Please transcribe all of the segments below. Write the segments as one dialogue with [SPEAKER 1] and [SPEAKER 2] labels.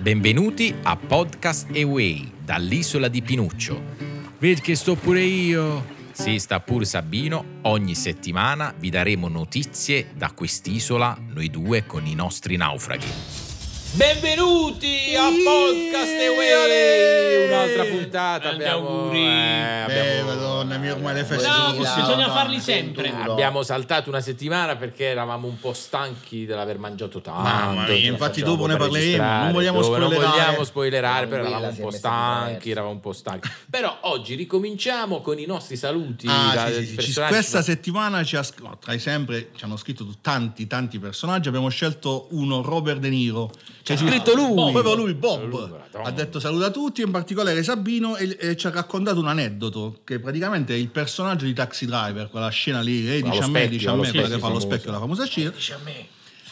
[SPEAKER 1] Benvenuti a Podcast Away dall'isola di Pinuccio.
[SPEAKER 2] Ved che sto pure io.
[SPEAKER 1] Si sta pur Sabino, ogni settimana vi daremo notizie da quest'isola, noi due con i nostri naufraghi.
[SPEAKER 3] Benvenuti a Podcast Away!
[SPEAKER 1] Un'altra puntata
[SPEAKER 3] Tanti
[SPEAKER 1] abbiamo.
[SPEAKER 3] auguri.
[SPEAKER 1] eh,
[SPEAKER 4] Eh,
[SPEAKER 1] abbiamo-
[SPEAKER 4] madonna mia, ormai le feste
[SPEAKER 3] No,
[SPEAKER 4] sono così.
[SPEAKER 3] bisogna
[SPEAKER 4] madonna,
[SPEAKER 3] farli
[SPEAKER 4] sento
[SPEAKER 3] sempre.
[SPEAKER 4] duro.
[SPEAKER 1] Abbiamo saltato una settimana perché eravamo un po' stanchi dell'aver mangiato tanto.
[SPEAKER 4] Mamma mia,
[SPEAKER 1] ce la
[SPEAKER 4] infatti
[SPEAKER 1] facevamo
[SPEAKER 4] dopo ne
[SPEAKER 1] per
[SPEAKER 4] parleremo,
[SPEAKER 1] registrare,
[SPEAKER 4] non vogliamo
[SPEAKER 1] dopo non
[SPEAKER 4] spoilerare.
[SPEAKER 1] vogliamo spoilerare, però
[SPEAKER 5] Tranquilla,
[SPEAKER 1] eravamo un
[SPEAKER 5] si è
[SPEAKER 1] po'
[SPEAKER 5] messa
[SPEAKER 1] stanchi,
[SPEAKER 5] diversa.
[SPEAKER 1] eravamo un po' stanchi. Però oggi ricominciamo con i nostri saluti
[SPEAKER 4] Ah,
[SPEAKER 1] da-
[SPEAKER 4] sì, sì, sì. Ci-
[SPEAKER 1] personaggi.
[SPEAKER 4] Questa settimana ci ha, sc- no, tra i sempre ci hanno scritto tu- tanti, tanti personaggi. Abbiamo scelto uno, Robert De Niro. C'è
[SPEAKER 1] scritto lui!
[SPEAKER 4] Bob, proprio lui, Bob.
[SPEAKER 1] Lui, madonna.
[SPEAKER 4] ha detto saluta a tutti, in particolare Sabino, e, e ci ha raccontato un aneddoto che praticamente è il personaggio di Taxi Driver, quella scena lì, eh, dici
[SPEAKER 1] Allo
[SPEAKER 4] a me,
[SPEAKER 1] specchio,
[SPEAKER 4] dici a
[SPEAKER 1] allo
[SPEAKER 4] me, quella
[SPEAKER 1] specchio
[SPEAKER 4] che fa lo
[SPEAKER 1] famosa.
[SPEAKER 4] specchio, la famosa scena.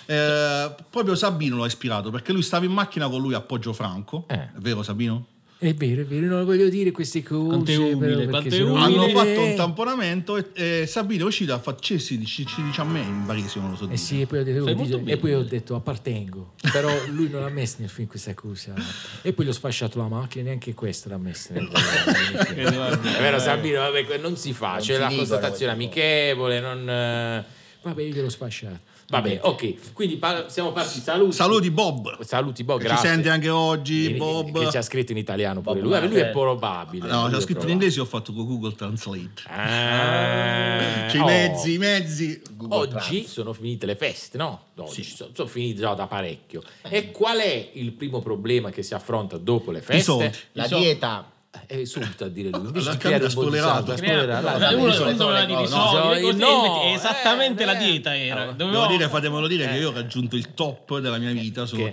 [SPEAKER 4] Eh, proprio Sabino lo ha ispirato perché lui stava in macchina con lui a Poggio Franco.
[SPEAKER 1] Eh.
[SPEAKER 4] È vero, Sabino?
[SPEAKER 2] È vero, è vero, non voglio dire queste cose.
[SPEAKER 3] Quanto è umile,
[SPEAKER 2] però, perché
[SPEAKER 3] quanto è
[SPEAKER 2] sono
[SPEAKER 3] umile.
[SPEAKER 4] hanno
[SPEAKER 2] umile.
[SPEAKER 4] fatto un tamponamento e, e Sabino è uscito a fare ci si dice ci dice a me in barese non lo so
[SPEAKER 2] Eh
[SPEAKER 4] dire
[SPEAKER 2] sì, e poi, ho detto,
[SPEAKER 3] Sei
[SPEAKER 2] oh,
[SPEAKER 3] molto
[SPEAKER 2] dice-
[SPEAKER 3] umile.
[SPEAKER 2] e poi ho detto appartengo, però lui non l'ha messo nel film questa cosa. E poi gli ho sfasciato la macchina, neanche questa l'ha messa. nel- nel film.
[SPEAKER 1] È vero, Sabino, vabbè, que- non si fa,
[SPEAKER 5] Non
[SPEAKER 1] c'è
[SPEAKER 5] si
[SPEAKER 1] la
[SPEAKER 5] dicono
[SPEAKER 1] constatazione
[SPEAKER 5] queste
[SPEAKER 1] amichevole, non... eh,
[SPEAKER 2] Vabbè, io gliel'ho sfasciato.
[SPEAKER 1] Vabbè, ok, quindi par- siamo partiti, saluti.
[SPEAKER 4] saluti Bob
[SPEAKER 1] Saluti, Bob,
[SPEAKER 4] che
[SPEAKER 1] grazie.
[SPEAKER 4] ci sente anche oggi
[SPEAKER 1] Che-
[SPEAKER 4] Bob
[SPEAKER 1] Che eh, ci ha scritto in italiano pure
[SPEAKER 5] Bob
[SPEAKER 1] lui, Vabbè, lui è
[SPEAKER 5] Marley.
[SPEAKER 1] probabile.
[SPEAKER 4] no
[SPEAKER 1] lui è
[SPEAKER 4] ci ha scritto in
[SPEAKER 1] probabile.
[SPEAKER 4] inglese ho fatto con Google Translate
[SPEAKER 1] Ah,
[SPEAKER 4] c'è i
[SPEAKER 1] oh.
[SPEAKER 4] mezzi i mezzi
[SPEAKER 5] Google
[SPEAKER 1] Oggi
[SPEAKER 5] Trans.
[SPEAKER 1] sono finite le feste, no? Oggi sono, sono finite già da parecchio.
[SPEAKER 4] Eh.
[SPEAKER 1] E qual è il primo problema che si affronta dopo le feste?
[SPEAKER 4] soldi.
[SPEAKER 5] la
[SPEAKER 3] so-
[SPEAKER 5] dieta
[SPEAKER 1] È esulta a dire lui. Invece
[SPEAKER 4] L'ha
[SPEAKER 1] di creare un
[SPEAKER 4] capito, ha
[SPEAKER 1] po' di
[SPEAKER 4] spoilerato.
[SPEAKER 1] saldo, ha
[SPEAKER 3] Crea-
[SPEAKER 1] spoilerato.
[SPEAKER 5] no,
[SPEAKER 1] Allora,
[SPEAKER 5] no,
[SPEAKER 3] uno
[SPEAKER 5] no,
[SPEAKER 3] non doveva dire i
[SPEAKER 5] no,
[SPEAKER 3] soldi,
[SPEAKER 1] no,
[SPEAKER 3] le cose,
[SPEAKER 1] no,
[SPEAKER 3] invece
[SPEAKER 1] eh,
[SPEAKER 3] esattamente la
[SPEAKER 1] eh.
[SPEAKER 3] dieta era.
[SPEAKER 1] Allora,
[SPEAKER 3] Dovevo-
[SPEAKER 4] devo dire fatemelo dire che io ho raggiunto il top della mia vita sono
[SPEAKER 1] Eh. Che-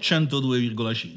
[SPEAKER 4] 102,5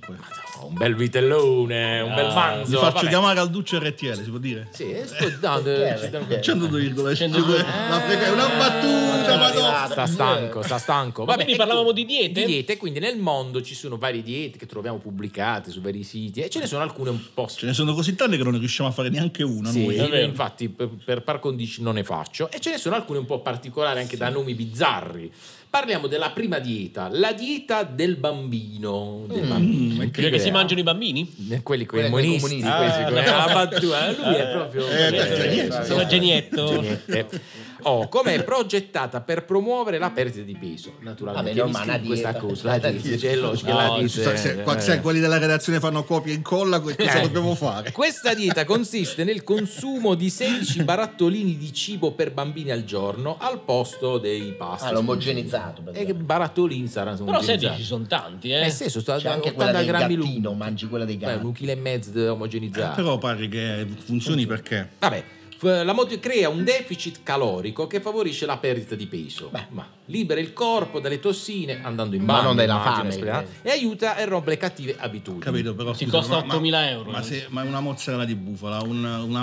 [SPEAKER 1] "Oh, Un bel vitellone, un bel manzo.
[SPEAKER 4] mi Ah, faccio
[SPEAKER 1] vabbè.
[SPEAKER 4] chiamare al Duccio RTL si può dire
[SPEAKER 1] Sì, eh, sto dando. ci dando-
[SPEAKER 4] 102,5
[SPEAKER 1] Ah.
[SPEAKER 4] La freca- è eh. una battuta
[SPEAKER 5] Eh,
[SPEAKER 4] madonna
[SPEAKER 1] Sta stanco, sta stanco.
[SPEAKER 3] Ma
[SPEAKER 1] Vabbè,
[SPEAKER 3] quindi
[SPEAKER 1] ecco,
[SPEAKER 3] parlavamo di diete?
[SPEAKER 1] Di diete, quindi nel mondo ci sono varie diete che troviamo pubblicate su vari siti e ce ne sono alcune un po'
[SPEAKER 4] ce ne sono così tante che non ne riusciamo a fare neanche una
[SPEAKER 1] Sì,
[SPEAKER 4] noi
[SPEAKER 1] io
[SPEAKER 3] vero.
[SPEAKER 1] infatti per, per par condici non ne faccio e ce ne sono alcune un po' particolari anche da nomi bizzarri. Parliamo della prima dieta, la dieta del bambino. Del bambino. È
[SPEAKER 3] Quella che si
[SPEAKER 1] crea-
[SPEAKER 3] mangiano i bambini?
[SPEAKER 1] Quelli con i
[SPEAKER 5] Quelli coi
[SPEAKER 1] comunisti,
[SPEAKER 5] comunisti.
[SPEAKER 1] questi
[SPEAKER 3] Ah,
[SPEAKER 1] coi-
[SPEAKER 3] no.
[SPEAKER 1] la battuta, lui è proprio
[SPEAKER 4] Eh, questo è niente,
[SPEAKER 1] bravo.
[SPEAKER 3] sono genietto.
[SPEAKER 1] Geniette. Oh, come è progettata per promuovere la perdita di peso? Naturalmente,
[SPEAKER 5] Vabbè, no,
[SPEAKER 1] mi
[SPEAKER 5] ma
[SPEAKER 1] scrivi
[SPEAKER 5] una
[SPEAKER 1] questa
[SPEAKER 5] dieta.
[SPEAKER 1] cosa, la dieta, c'è logica,
[SPEAKER 3] No,
[SPEAKER 1] la
[SPEAKER 4] Ci sta- se-
[SPEAKER 3] Eh,
[SPEAKER 1] dieta.
[SPEAKER 4] qua- sai, quelli della redazione fanno copia e incolla, que- cosa
[SPEAKER 1] Eh.
[SPEAKER 4] dobbiamo fare?
[SPEAKER 1] Questa dieta consiste nel consumo di 16 barattolini di cibo per bambini al giorno al posto dei pasti.
[SPEAKER 5] Ah, l'ho omogenizzato,
[SPEAKER 1] E che barattolini saranno
[SPEAKER 3] Però 16 sono tanti, eh.
[SPEAKER 1] Eh sì, sono stati
[SPEAKER 5] c'è anche quella
[SPEAKER 1] 80
[SPEAKER 5] del
[SPEAKER 1] grammi
[SPEAKER 5] gattino
[SPEAKER 1] l'uno.
[SPEAKER 5] mangi quella dei
[SPEAKER 1] Beh,
[SPEAKER 5] gatti
[SPEAKER 1] un chilo e mezzo di omogenizzato.
[SPEAKER 4] Eh, Però pare che funzioni perché
[SPEAKER 1] Vabbè, f- la moto crea un deficit calorico che favorisce la perdita di peso, ma libera il corpo dalle tossine andando in
[SPEAKER 5] Ma
[SPEAKER 1] bagno,
[SPEAKER 5] non della
[SPEAKER 1] immagino,
[SPEAKER 5] fame, eh.
[SPEAKER 1] speriamo, e aiuta a rompere le cattive abitudini.
[SPEAKER 4] capito però
[SPEAKER 3] Ti
[SPEAKER 4] scusa,
[SPEAKER 3] costa
[SPEAKER 4] ma- ma-
[SPEAKER 3] 8.000 euro. eh.
[SPEAKER 4] ma, se- ma una mozzarella di bufala un- una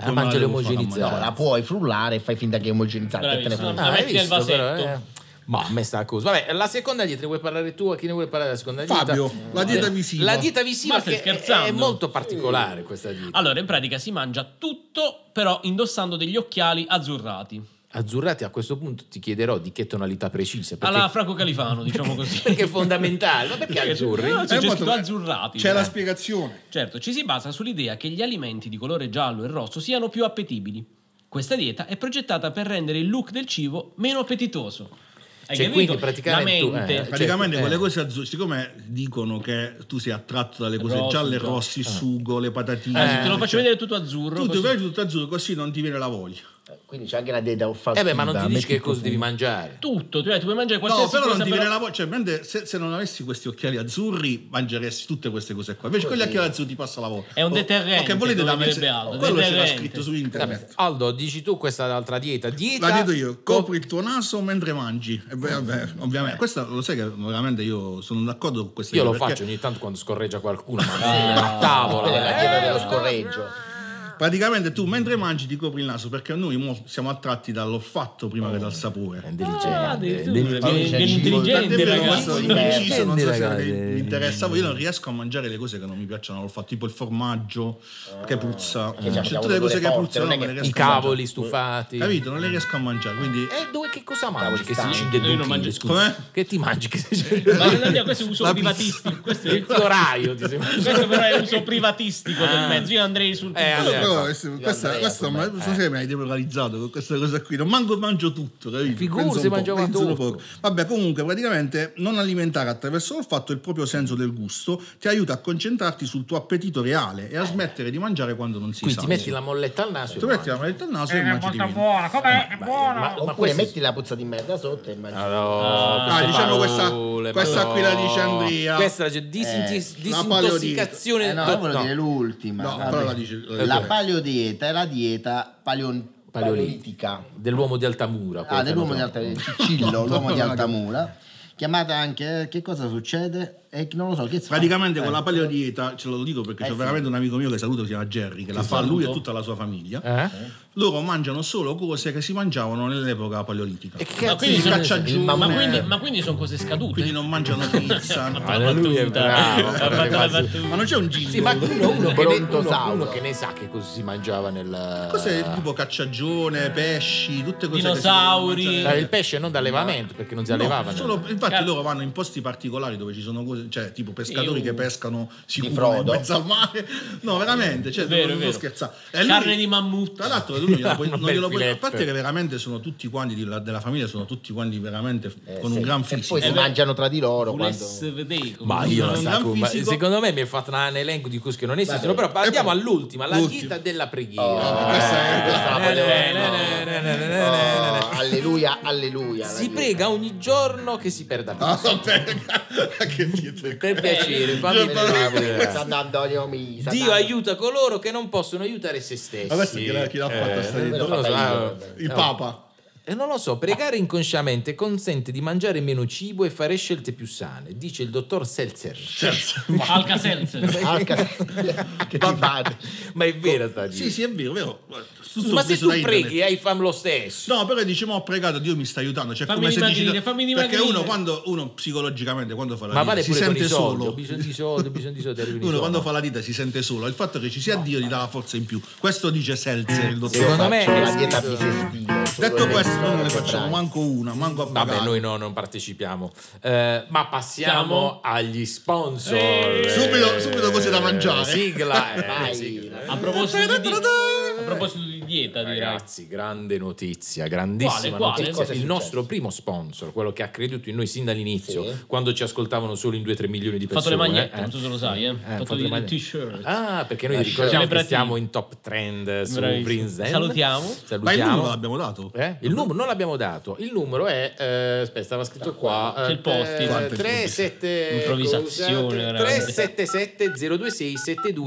[SPEAKER 1] Ma
[SPEAKER 4] come
[SPEAKER 1] mangia
[SPEAKER 4] la
[SPEAKER 1] le
[SPEAKER 4] devo fare a
[SPEAKER 1] omogenizzate.
[SPEAKER 4] mangiare?
[SPEAKER 5] No, la puoi frullare e fai finta che è omogenizzata che te ne
[SPEAKER 3] Bravissimo.
[SPEAKER 5] frega.
[SPEAKER 1] Ah,
[SPEAKER 3] La
[SPEAKER 1] hai
[SPEAKER 3] metti nel
[SPEAKER 1] visto, però,
[SPEAKER 3] vasetto.
[SPEAKER 1] eh? Ma a me sta cosa. Vabbè, la seconda dieta ne vuoi parlare tu? A chi ne vuole parlare la seconda dieta?
[SPEAKER 4] Fabio, la dieta
[SPEAKER 1] Eh,
[SPEAKER 4] visiva.
[SPEAKER 1] La dieta visiva
[SPEAKER 3] Ma stai
[SPEAKER 1] che è-
[SPEAKER 3] scherzando?
[SPEAKER 1] è molto particolare questa dieta.
[SPEAKER 3] Allora, in pratica si mangia tutto, però indossando degli occhiali azzurrati.
[SPEAKER 1] Azzurrati, a questo punto ti chiederò di che tonalità precisa. Perché,
[SPEAKER 3] Alla Franco Califano, diciamo così.
[SPEAKER 1] perché è fondamentale. Ma perché azzurri?
[SPEAKER 3] No,
[SPEAKER 4] Eh,
[SPEAKER 3] c'è
[SPEAKER 4] ma-
[SPEAKER 3] scritto Cioè, azzurrati.
[SPEAKER 4] c'è la
[SPEAKER 3] Eh.
[SPEAKER 4] spiegazione
[SPEAKER 3] Certo, ci si basa sull'idea che gli alimenti di colore giallo e rosso siano più appetibili. Questa dieta è progettata per rendere il look del cibo meno appetitoso. Hai
[SPEAKER 1] Cioè,
[SPEAKER 3] capito?
[SPEAKER 1] quindi praticamente
[SPEAKER 3] la
[SPEAKER 1] tu-
[SPEAKER 3] mente.
[SPEAKER 1] eh,
[SPEAKER 4] praticamente
[SPEAKER 1] Certo,
[SPEAKER 4] quelle
[SPEAKER 1] eh.
[SPEAKER 4] cose azzurre siccome dicono che tu sei attratto dalle cose
[SPEAKER 3] Rosso,
[SPEAKER 4] gialle
[SPEAKER 3] giallo.
[SPEAKER 4] rossi il sugo
[SPEAKER 1] eh.
[SPEAKER 3] Ah, Eh.
[SPEAKER 4] le
[SPEAKER 3] sì,
[SPEAKER 4] patatine
[SPEAKER 3] te lo faccio vedere tutto azzurro.
[SPEAKER 4] tu ti
[SPEAKER 3] così.
[SPEAKER 4] vedi tutto azzurro così non ti viene la voglia
[SPEAKER 5] Quindi c'è anche la dieta
[SPEAKER 1] Eh
[SPEAKER 5] olfattiva.
[SPEAKER 1] beh, ma non ti dici
[SPEAKER 5] metti
[SPEAKER 1] che
[SPEAKER 5] il
[SPEAKER 1] cosa devi
[SPEAKER 5] profumo.
[SPEAKER 1] mangiare.
[SPEAKER 3] Tutto, tu, eh, tu puoi mangiare
[SPEAKER 4] No,
[SPEAKER 3] qualsiasi
[SPEAKER 4] però non
[SPEAKER 3] cosa.
[SPEAKER 4] ti viene
[SPEAKER 3] però-
[SPEAKER 4] la voglia. Cioè, veramente, se, se non avessi questi occhiali azzurri, mangeresti tutte queste cose qua. Invece con gli occhiali azzurri ti passa la voglia.
[SPEAKER 3] È un
[SPEAKER 4] Oh,
[SPEAKER 3] deterrente,
[SPEAKER 4] ma che volete
[SPEAKER 3] come
[SPEAKER 4] da me?
[SPEAKER 3] direbbe
[SPEAKER 4] Se-
[SPEAKER 3] Aldo,
[SPEAKER 4] Quello c'era
[SPEAKER 3] deterrente.
[SPEAKER 4] scritto su
[SPEAKER 1] Vabbè,
[SPEAKER 4] internet.
[SPEAKER 1] Aldo, dici tu questa altra dieta. Dieta
[SPEAKER 4] La dico io, copri il tuo naso mentre mangi. E beh, vabbè, ovviamente, questa lo sai che veramente io sono d'accordo con questa
[SPEAKER 1] Io lo
[SPEAKER 4] idea, perché
[SPEAKER 3] Ah.
[SPEAKER 1] faccio ogni tanto quando scorreggia qualcuno, ma a tavola.
[SPEAKER 5] Quella è la
[SPEAKER 1] eh.
[SPEAKER 5] dieta dello scorreggio.
[SPEAKER 4] Praticamente tu mentre mangi ti copri il naso perché noi mo siamo attratti dall'olfatto prima che dal sapore.
[SPEAKER 3] Ah, addirittura.
[SPEAKER 1] Dell'intelligenza.
[SPEAKER 3] Degli intelligenti,
[SPEAKER 4] Tant'è vero che
[SPEAKER 3] ragazzi.
[SPEAKER 4] sono indeciso, non so se
[SPEAKER 1] Ragazzi.
[SPEAKER 4] mi interessavo. Io non riesco a mangiare le cose che non mi piacciono. L'ho fatto tipo il formaggio che puzza.
[SPEAKER 5] Ah, Che
[SPEAKER 4] C'è
[SPEAKER 5] già
[SPEAKER 4] tutte le
[SPEAKER 5] cavolo,
[SPEAKER 4] cose che
[SPEAKER 5] quelle forti,
[SPEAKER 4] puzzano,
[SPEAKER 5] non è
[SPEAKER 4] non le
[SPEAKER 5] che-
[SPEAKER 1] I
[SPEAKER 4] riesco a mangiare.
[SPEAKER 1] cavoli stufati.
[SPEAKER 4] Capito? Non le riesco a mangiare. Quindi
[SPEAKER 1] E dove che cosa mangi?
[SPEAKER 5] Cavoli
[SPEAKER 1] Che
[SPEAKER 5] stanchi.
[SPEAKER 1] si cide
[SPEAKER 3] Io non mangio-
[SPEAKER 4] Com'è?
[SPEAKER 1] Che ti mangi? Che si
[SPEAKER 3] Ma non andiamo- questo è uso privatistico. Questo, è-
[SPEAKER 1] Il fioraio ti sembra.
[SPEAKER 3] questo però è uso privatistico del mezzo. Io andrei sul
[SPEAKER 1] Ah. Eh,
[SPEAKER 4] Allora,
[SPEAKER 1] eh,
[SPEAKER 5] esatto.
[SPEAKER 4] però,
[SPEAKER 1] eh,
[SPEAKER 4] questo- questa,
[SPEAKER 5] Andrea,
[SPEAKER 4] questa,
[SPEAKER 5] com'è?
[SPEAKER 4] ma- non so se mi hai demoralizzato con questa cosa qui. Non manco mangio tutto, capito?
[SPEAKER 1] Figurati,
[SPEAKER 4] Penso un po',
[SPEAKER 1] mangiava
[SPEAKER 4] penso
[SPEAKER 1] tutto.
[SPEAKER 4] poco. Vabbè, comunque, praticamente non alimentare attraverso l'olfatto il proprio senso del gusto ti aiuta a concentrarti sul tuo appetito reale e a smettere di mangiare quando non si
[SPEAKER 1] Quindi
[SPEAKER 4] sa.
[SPEAKER 1] ti metti la molletta al naso. e
[SPEAKER 4] Tu metti la
[SPEAKER 1] mangi.
[SPEAKER 4] manetta al naso e
[SPEAKER 6] È
[SPEAKER 4] mangi di
[SPEAKER 6] molto
[SPEAKER 4] meno.
[SPEAKER 6] buona, com'è? È buona.
[SPEAKER 1] Ma, ma
[SPEAKER 5] Oppure
[SPEAKER 1] questo- Eh,
[SPEAKER 5] metti la puzza di merda sotto e mangi.
[SPEAKER 1] Allora,
[SPEAKER 4] Ah,
[SPEAKER 1] queste
[SPEAKER 4] diciamo questa-
[SPEAKER 1] parole,
[SPEAKER 4] questa qui la dice Andrea.
[SPEAKER 1] Questa la dice disinti-
[SPEAKER 4] Eh, la paleo
[SPEAKER 1] disintossicazione
[SPEAKER 5] Eh no, io volevo dire l'ultima. Ah,
[SPEAKER 1] Ah,
[SPEAKER 4] No,
[SPEAKER 5] vabbè.
[SPEAKER 4] però la dici- la
[SPEAKER 5] La
[SPEAKER 1] Eh,
[SPEAKER 4] dici.
[SPEAKER 5] paleodieta è la dieta paleo- paleolitica.
[SPEAKER 1] dell'uomo di Altamura. poi,
[SPEAKER 5] Ah, dell'uomo di
[SPEAKER 1] tra
[SPEAKER 5] Altamura,
[SPEAKER 1] l'altro.
[SPEAKER 5] Cicillo, l'uomo di Altamura. Chiamata anche, eh, che cosa succede? Eh, non lo so, che fa?
[SPEAKER 4] Praticamente con
[SPEAKER 5] Eh,
[SPEAKER 4] la paleodieta, ce lo dico perché
[SPEAKER 5] Eh
[SPEAKER 4] c'è
[SPEAKER 5] sì.
[SPEAKER 4] veramente un amico mio che saluto, si chiama Jerry, che la fa lui e tutta la sua famiglia.
[SPEAKER 1] Eh?
[SPEAKER 4] Loro mangiano solo cose che si mangiavano nell'epoca paleolitica.
[SPEAKER 1] E che
[SPEAKER 3] Ma
[SPEAKER 1] cazzo
[SPEAKER 3] quindi
[SPEAKER 1] di-
[SPEAKER 3] sono-
[SPEAKER 4] cacciagiù,
[SPEAKER 3] Ma
[SPEAKER 4] eh,
[SPEAKER 3] quindi, ma quindi sono cose
[SPEAKER 4] quindi
[SPEAKER 3] scadute.
[SPEAKER 4] non mangiano pizza.
[SPEAKER 1] Ah, lui è bravo.
[SPEAKER 3] Ha fatto la battuta.
[SPEAKER 4] Ma non c'è un jingle.
[SPEAKER 1] Sì, ma uno, uno che ne, uno,
[SPEAKER 5] Brontosauro.
[SPEAKER 1] uno che ne sa che cosa si mangiava nel...
[SPEAKER 4] Cos'è tipo cacciagione, pesci, tutte cose
[SPEAKER 3] Dinosauri.
[SPEAKER 4] che si
[SPEAKER 1] Eh,
[SPEAKER 4] mangiano.
[SPEAKER 1] il pesce non da allevamento perché non si
[SPEAKER 4] No,
[SPEAKER 1] allevavano.
[SPEAKER 4] solo- infatti
[SPEAKER 3] Cazzo.
[SPEAKER 4] loro vanno in posti particolari dove ci sono cose, cioè tipo pescatori
[SPEAKER 3] Io-
[SPEAKER 4] che pescano si
[SPEAKER 5] Di
[SPEAKER 4] curano in
[SPEAKER 5] Frodo.
[SPEAKER 4] mezzo al mare. No, veramente, cioè,
[SPEAKER 3] È vero,
[SPEAKER 4] non,
[SPEAKER 3] è
[SPEAKER 4] non
[SPEAKER 3] vero.
[SPEAKER 4] scherzare. E lui-
[SPEAKER 3] Carne di mammut.
[SPEAKER 4] Tra l'altro lui non glielo puoi-
[SPEAKER 1] Un
[SPEAKER 4] non
[SPEAKER 1] bel
[SPEAKER 4] glielo puoi- a
[SPEAKER 1] filetto.
[SPEAKER 4] parte che veramente sono tutti quanti di- della famiglia, sono tutti quanti veramente
[SPEAKER 5] eh,
[SPEAKER 4] con
[SPEAKER 5] sì.
[SPEAKER 4] un gran
[SPEAKER 5] E
[SPEAKER 4] fisico.
[SPEAKER 5] poi si mangiano tra di loro. Quando...
[SPEAKER 3] Volesse vedere come-
[SPEAKER 1] Ma io lo
[SPEAKER 4] Un
[SPEAKER 1] so,
[SPEAKER 4] gran
[SPEAKER 1] come-
[SPEAKER 4] fisico.
[SPEAKER 1] secondo me mi hai fatto un elenco di cose che non esistono,
[SPEAKER 5] Vabbè.
[SPEAKER 1] però andiamo
[SPEAKER 4] E poi- Ah,
[SPEAKER 1] all'ultima, la
[SPEAKER 4] l'ultima.
[SPEAKER 1] dieta della
[SPEAKER 5] Oh,
[SPEAKER 1] preghiera.
[SPEAKER 5] questa è, questa è la
[SPEAKER 1] Eh,
[SPEAKER 5] paleolitica.
[SPEAKER 1] eh, eh, eh, eh, eh, eh.
[SPEAKER 5] Oh, Alleluia, alleluia. la
[SPEAKER 1] Si
[SPEAKER 5] dieta.
[SPEAKER 1] prega ogni giorno che si perda
[SPEAKER 4] Ah,
[SPEAKER 1] peso.
[SPEAKER 4] vabbè, che dite?
[SPEAKER 1] Per piacere, fammi
[SPEAKER 5] Alleluia,
[SPEAKER 1] vedere.
[SPEAKER 5] Sant'Antonio mi-
[SPEAKER 1] Dio
[SPEAKER 5] Sant'Antonio.
[SPEAKER 1] aiuta coloro che non possono aiutare se stessi. Eh,
[SPEAKER 4] Ma questo chi l'ha- chi l'ha
[SPEAKER 5] eh,
[SPEAKER 4] fatta sta
[SPEAKER 1] non lo so,
[SPEAKER 5] fatta
[SPEAKER 1] ah,
[SPEAKER 4] eh, Il
[SPEAKER 1] no.
[SPEAKER 4] Papa.
[SPEAKER 1] E non lo so, pregare inconsciamente consente di mangiare meno cibo e fare scelte più sane, dice il dottor Seltzer.
[SPEAKER 5] eh.
[SPEAKER 3] Alka Seltzer.
[SPEAKER 5] Alca- che ti fate?
[SPEAKER 1] Ma è vera sta dieta.
[SPEAKER 4] Sì, sì, è vero, è vero. Tutto
[SPEAKER 1] Ma se
[SPEAKER 4] preso
[SPEAKER 1] tu
[SPEAKER 4] da internet.
[SPEAKER 1] preghi, hai fam lo stesso.
[SPEAKER 4] No, però dici, ma ho pregato, Dio mi sta aiutando. Cioè,
[SPEAKER 3] Fammi
[SPEAKER 4] come se dici,
[SPEAKER 3] dimagrire, fammi
[SPEAKER 4] perché
[SPEAKER 3] dimagrire.
[SPEAKER 4] uno, quando, uno psicologicamente, quando fa la
[SPEAKER 1] Ma
[SPEAKER 4] vita,
[SPEAKER 1] vale
[SPEAKER 4] si
[SPEAKER 1] pure con i
[SPEAKER 4] sente
[SPEAKER 1] soldi, ho
[SPEAKER 4] solo.
[SPEAKER 1] bisogno di soldi, ho bisogno di soldi. arrivo in
[SPEAKER 4] Uno quando
[SPEAKER 1] insonnia.
[SPEAKER 4] fa la vita si sente solo, il fatto che ci sia Dio gli dà la forza in più. Questo dice Seltzer, il dottore.
[SPEAKER 1] Secondo me
[SPEAKER 5] Faccio
[SPEAKER 1] è
[SPEAKER 5] la dieta
[SPEAKER 1] scritto-
[SPEAKER 5] bisestina.
[SPEAKER 4] Detto questo, noi non ne facciamo
[SPEAKER 5] Bravi.
[SPEAKER 4] manco una, manco a pagare.
[SPEAKER 1] Vabbè, noi no, non partecipiamo. Eh, ma passiamo
[SPEAKER 3] Siamo-
[SPEAKER 1] agli sponsor. Eh,
[SPEAKER 3] Eh,
[SPEAKER 4] subito- subito cose da mangiare.
[SPEAKER 1] Sigla, eh,
[SPEAKER 5] Vai.
[SPEAKER 1] sigla.
[SPEAKER 3] A proposito di, a proposito di dieta, direi.
[SPEAKER 1] Ragazzi, grande notizia, grandissima
[SPEAKER 3] Quale, quale?
[SPEAKER 1] notizia.
[SPEAKER 5] Cosa è
[SPEAKER 1] Il
[SPEAKER 5] successo?
[SPEAKER 1] nostro primo sponsor, quello che ha creduto in noi sin dall'inizio,
[SPEAKER 5] Sì.
[SPEAKER 1] quando ci ascoltavano solo in 2-3 milioni di
[SPEAKER 3] Ho fatto
[SPEAKER 1] persone.
[SPEAKER 3] le magliette,
[SPEAKER 1] eh.
[SPEAKER 3] non so se lo sai, eh. Ho
[SPEAKER 1] Eh,
[SPEAKER 3] fatto
[SPEAKER 1] fate le
[SPEAKER 3] le
[SPEAKER 1] magliette.
[SPEAKER 3] t-shirt.
[SPEAKER 1] Ah, perché noi
[SPEAKER 5] La
[SPEAKER 1] vi ricordiamo
[SPEAKER 3] shirt.
[SPEAKER 1] che siamo in top trend su
[SPEAKER 3] Bravissimo.
[SPEAKER 1] Prinzen.
[SPEAKER 3] Salutiamo.
[SPEAKER 4] Ma il
[SPEAKER 1] Salutiamo.
[SPEAKER 4] numero l'abbiamo dato.
[SPEAKER 1] Eh? Il numero non l'abbiamo dato, il numero è, eh, aspetta, stava scritto qua, Eh,
[SPEAKER 3] C'è il post-it.
[SPEAKER 4] Quante
[SPEAKER 1] 37
[SPEAKER 3] Improvvisazione, veramente.
[SPEAKER 1] 377 026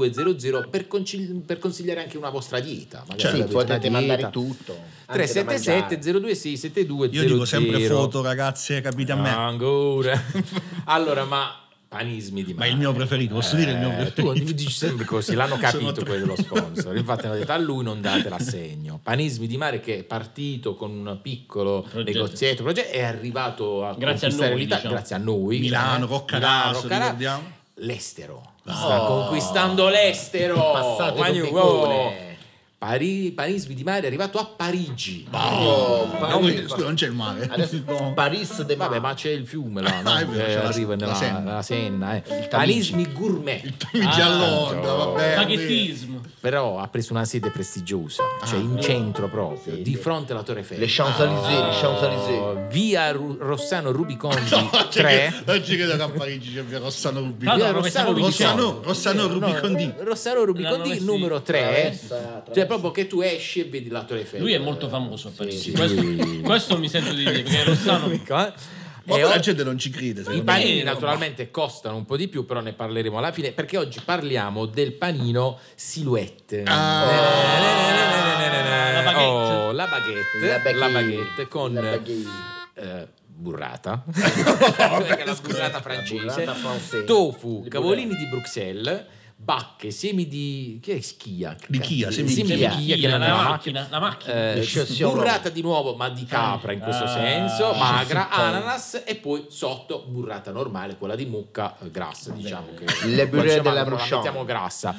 [SPEAKER 1] 7200 per, concil- per consigliare anche una vostra dieta, magari
[SPEAKER 5] Sì,
[SPEAKER 1] avete una
[SPEAKER 5] potete
[SPEAKER 1] dieta.
[SPEAKER 5] mandare tutto. anche da mangiare.
[SPEAKER 1] 377 026 7200.
[SPEAKER 4] Io dico sempre foto, ragazze, capite a
[SPEAKER 1] No,
[SPEAKER 4] me.
[SPEAKER 1] ancora. allora, ma panismi di
[SPEAKER 4] Ma il
[SPEAKER 1] mare.
[SPEAKER 4] mio preferito, posso dire il mio
[SPEAKER 1] Eh,
[SPEAKER 4] preferito?
[SPEAKER 1] tu dici sempre così, l'hanno
[SPEAKER 4] Sono
[SPEAKER 1] capito
[SPEAKER 4] tre.
[SPEAKER 1] quello dello sponsor. Infatti hanno detto a lui non date l'assegno. Panismi di mare che è partito con un piccolo
[SPEAKER 3] Progetto.
[SPEAKER 1] negozietto, progetto, è arrivato a
[SPEAKER 3] Grazie a
[SPEAKER 1] conquistare
[SPEAKER 3] noi,
[SPEAKER 1] l'Italia,
[SPEAKER 3] diciamo.
[SPEAKER 1] grazie a noi.
[SPEAKER 4] Milano,
[SPEAKER 1] eh.
[SPEAKER 4] Roccaraso,
[SPEAKER 1] Milano, Roccaraso.
[SPEAKER 4] ricordiamo.
[SPEAKER 1] L'estero. Sta conquistando l'estero.
[SPEAKER 5] Passate
[SPEAKER 1] Magnu-
[SPEAKER 5] con
[SPEAKER 1] oh.
[SPEAKER 5] Pecone.
[SPEAKER 1] Pari- Panismi di mare è arrivato a Parigi.
[SPEAKER 5] Oh,
[SPEAKER 4] No, quindi,
[SPEAKER 5] Paris.
[SPEAKER 4] scusa, non c'è il mare.
[SPEAKER 5] Adesso il Paris de
[SPEAKER 1] Eh, Vabbè,
[SPEAKER 5] Mar.
[SPEAKER 1] ma c'è il fiume là, no?
[SPEAKER 4] Ah, è vero,
[SPEAKER 1] Che
[SPEAKER 4] c'è la-
[SPEAKER 1] arriva
[SPEAKER 4] la
[SPEAKER 1] nella,
[SPEAKER 4] Senna.
[SPEAKER 1] nella Senna. eh.
[SPEAKER 5] Tamigi.
[SPEAKER 1] Panismi gourmet.
[SPEAKER 4] Mi già
[SPEAKER 3] Ah,
[SPEAKER 4] Londra,
[SPEAKER 1] tanto.
[SPEAKER 4] vabbè.
[SPEAKER 3] Paghettismo.
[SPEAKER 1] però ha preso una sede prestigiosa,
[SPEAKER 4] Ah.
[SPEAKER 1] cioè in champ centro proprio, di fronte alla Torre Eiffel. Oh,
[SPEAKER 5] Le Champs-Élysées, le Champs-Élysées.
[SPEAKER 1] Via Ru- Rossano Rubicondi
[SPEAKER 4] No, oggi
[SPEAKER 1] 3.
[SPEAKER 4] che- oggi credo che a Parigi c'è via Rossano
[SPEAKER 3] Tra
[SPEAKER 4] Rubicondi.
[SPEAKER 3] l'altro,
[SPEAKER 1] Via
[SPEAKER 3] no,
[SPEAKER 1] Rossano
[SPEAKER 3] pensavo
[SPEAKER 4] Rossano, Rossano Rubicondi.
[SPEAKER 1] No, eh, Rossano
[SPEAKER 3] L'hanno
[SPEAKER 1] Rubicondi
[SPEAKER 3] messi
[SPEAKER 1] numero 3.
[SPEAKER 5] traversa, traversa.
[SPEAKER 1] Cioè proprio che tu esci e vedi la Torre Eiffel.
[SPEAKER 3] Lui è molto famoso a Parigi.
[SPEAKER 1] sì.
[SPEAKER 3] Questo, questo mi sento di dire, perché Rossano
[SPEAKER 4] Ma
[SPEAKER 1] eh. E
[SPEAKER 4] poi la
[SPEAKER 1] oggi-
[SPEAKER 4] gente non ci crede.
[SPEAKER 1] I
[SPEAKER 4] secondo me.
[SPEAKER 1] panini
[SPEAKER 3] Vero.
[SPEAKER 1] naturalmente costano un po' di più, però ne parleremo alla fine perché oggi parliamo del panino silhouette.
[SPEAKER 5] Ah.
[SPEAKER 3] La baguette.
[SPEAKER 1] Oh, la baguette,
[SPEAKER 5] La baguette.
[SPEAKER 1] la baguette con
[SPEAKER 5] La baguette.
[SPEAKER 1] eh, burrata. Perché la burrata francese,
[SPEAKER 5] burrata francese.
[SPEAKER 1] tofu,
[SPEAKER 5] Le
[SPEAKER 1] cavolini di Bruxelles, bacche, semi di... che è schia?
[SPEAKER 4] Di chia, semi di
[SPEAKER 1] di
[SPEAKER 4] chia.
[SPEAKER 1] chia, che
[SPEAKER 3] La
[SPEAKER 1] era nella
[SPEAKER 3] macchina,
[SPEAKER 1] macchina.
[SPEAKER 3] la macchina.
[SPEAKER 1] Eh,
[SPEAKER 5] Sì, sì,
[SPEAKER 1] burrata di nuovo, ma di capra in questo
[SPEAKER 3] Ah,
[SPEAKER 1] senso,
[SPEAKER 3] sì,
[SPEAKER 1] magra,
[SPEAKER 3] sì, poi-
[SPEAKER 1] ananas e poi sotto burrata normale, quella di mucca eh, grassa, diciamo che
[SPEAKER 5] Le
[SPEAKER 1] qua
[SPEAKER 5] burrate
[SPEAKER 1] diciamo,
[SPEAKER 5] della
[SPEAKER 1] la
[SPEAKER 5] Bruscione.
[SPEAKER 1] mettiamo grassa.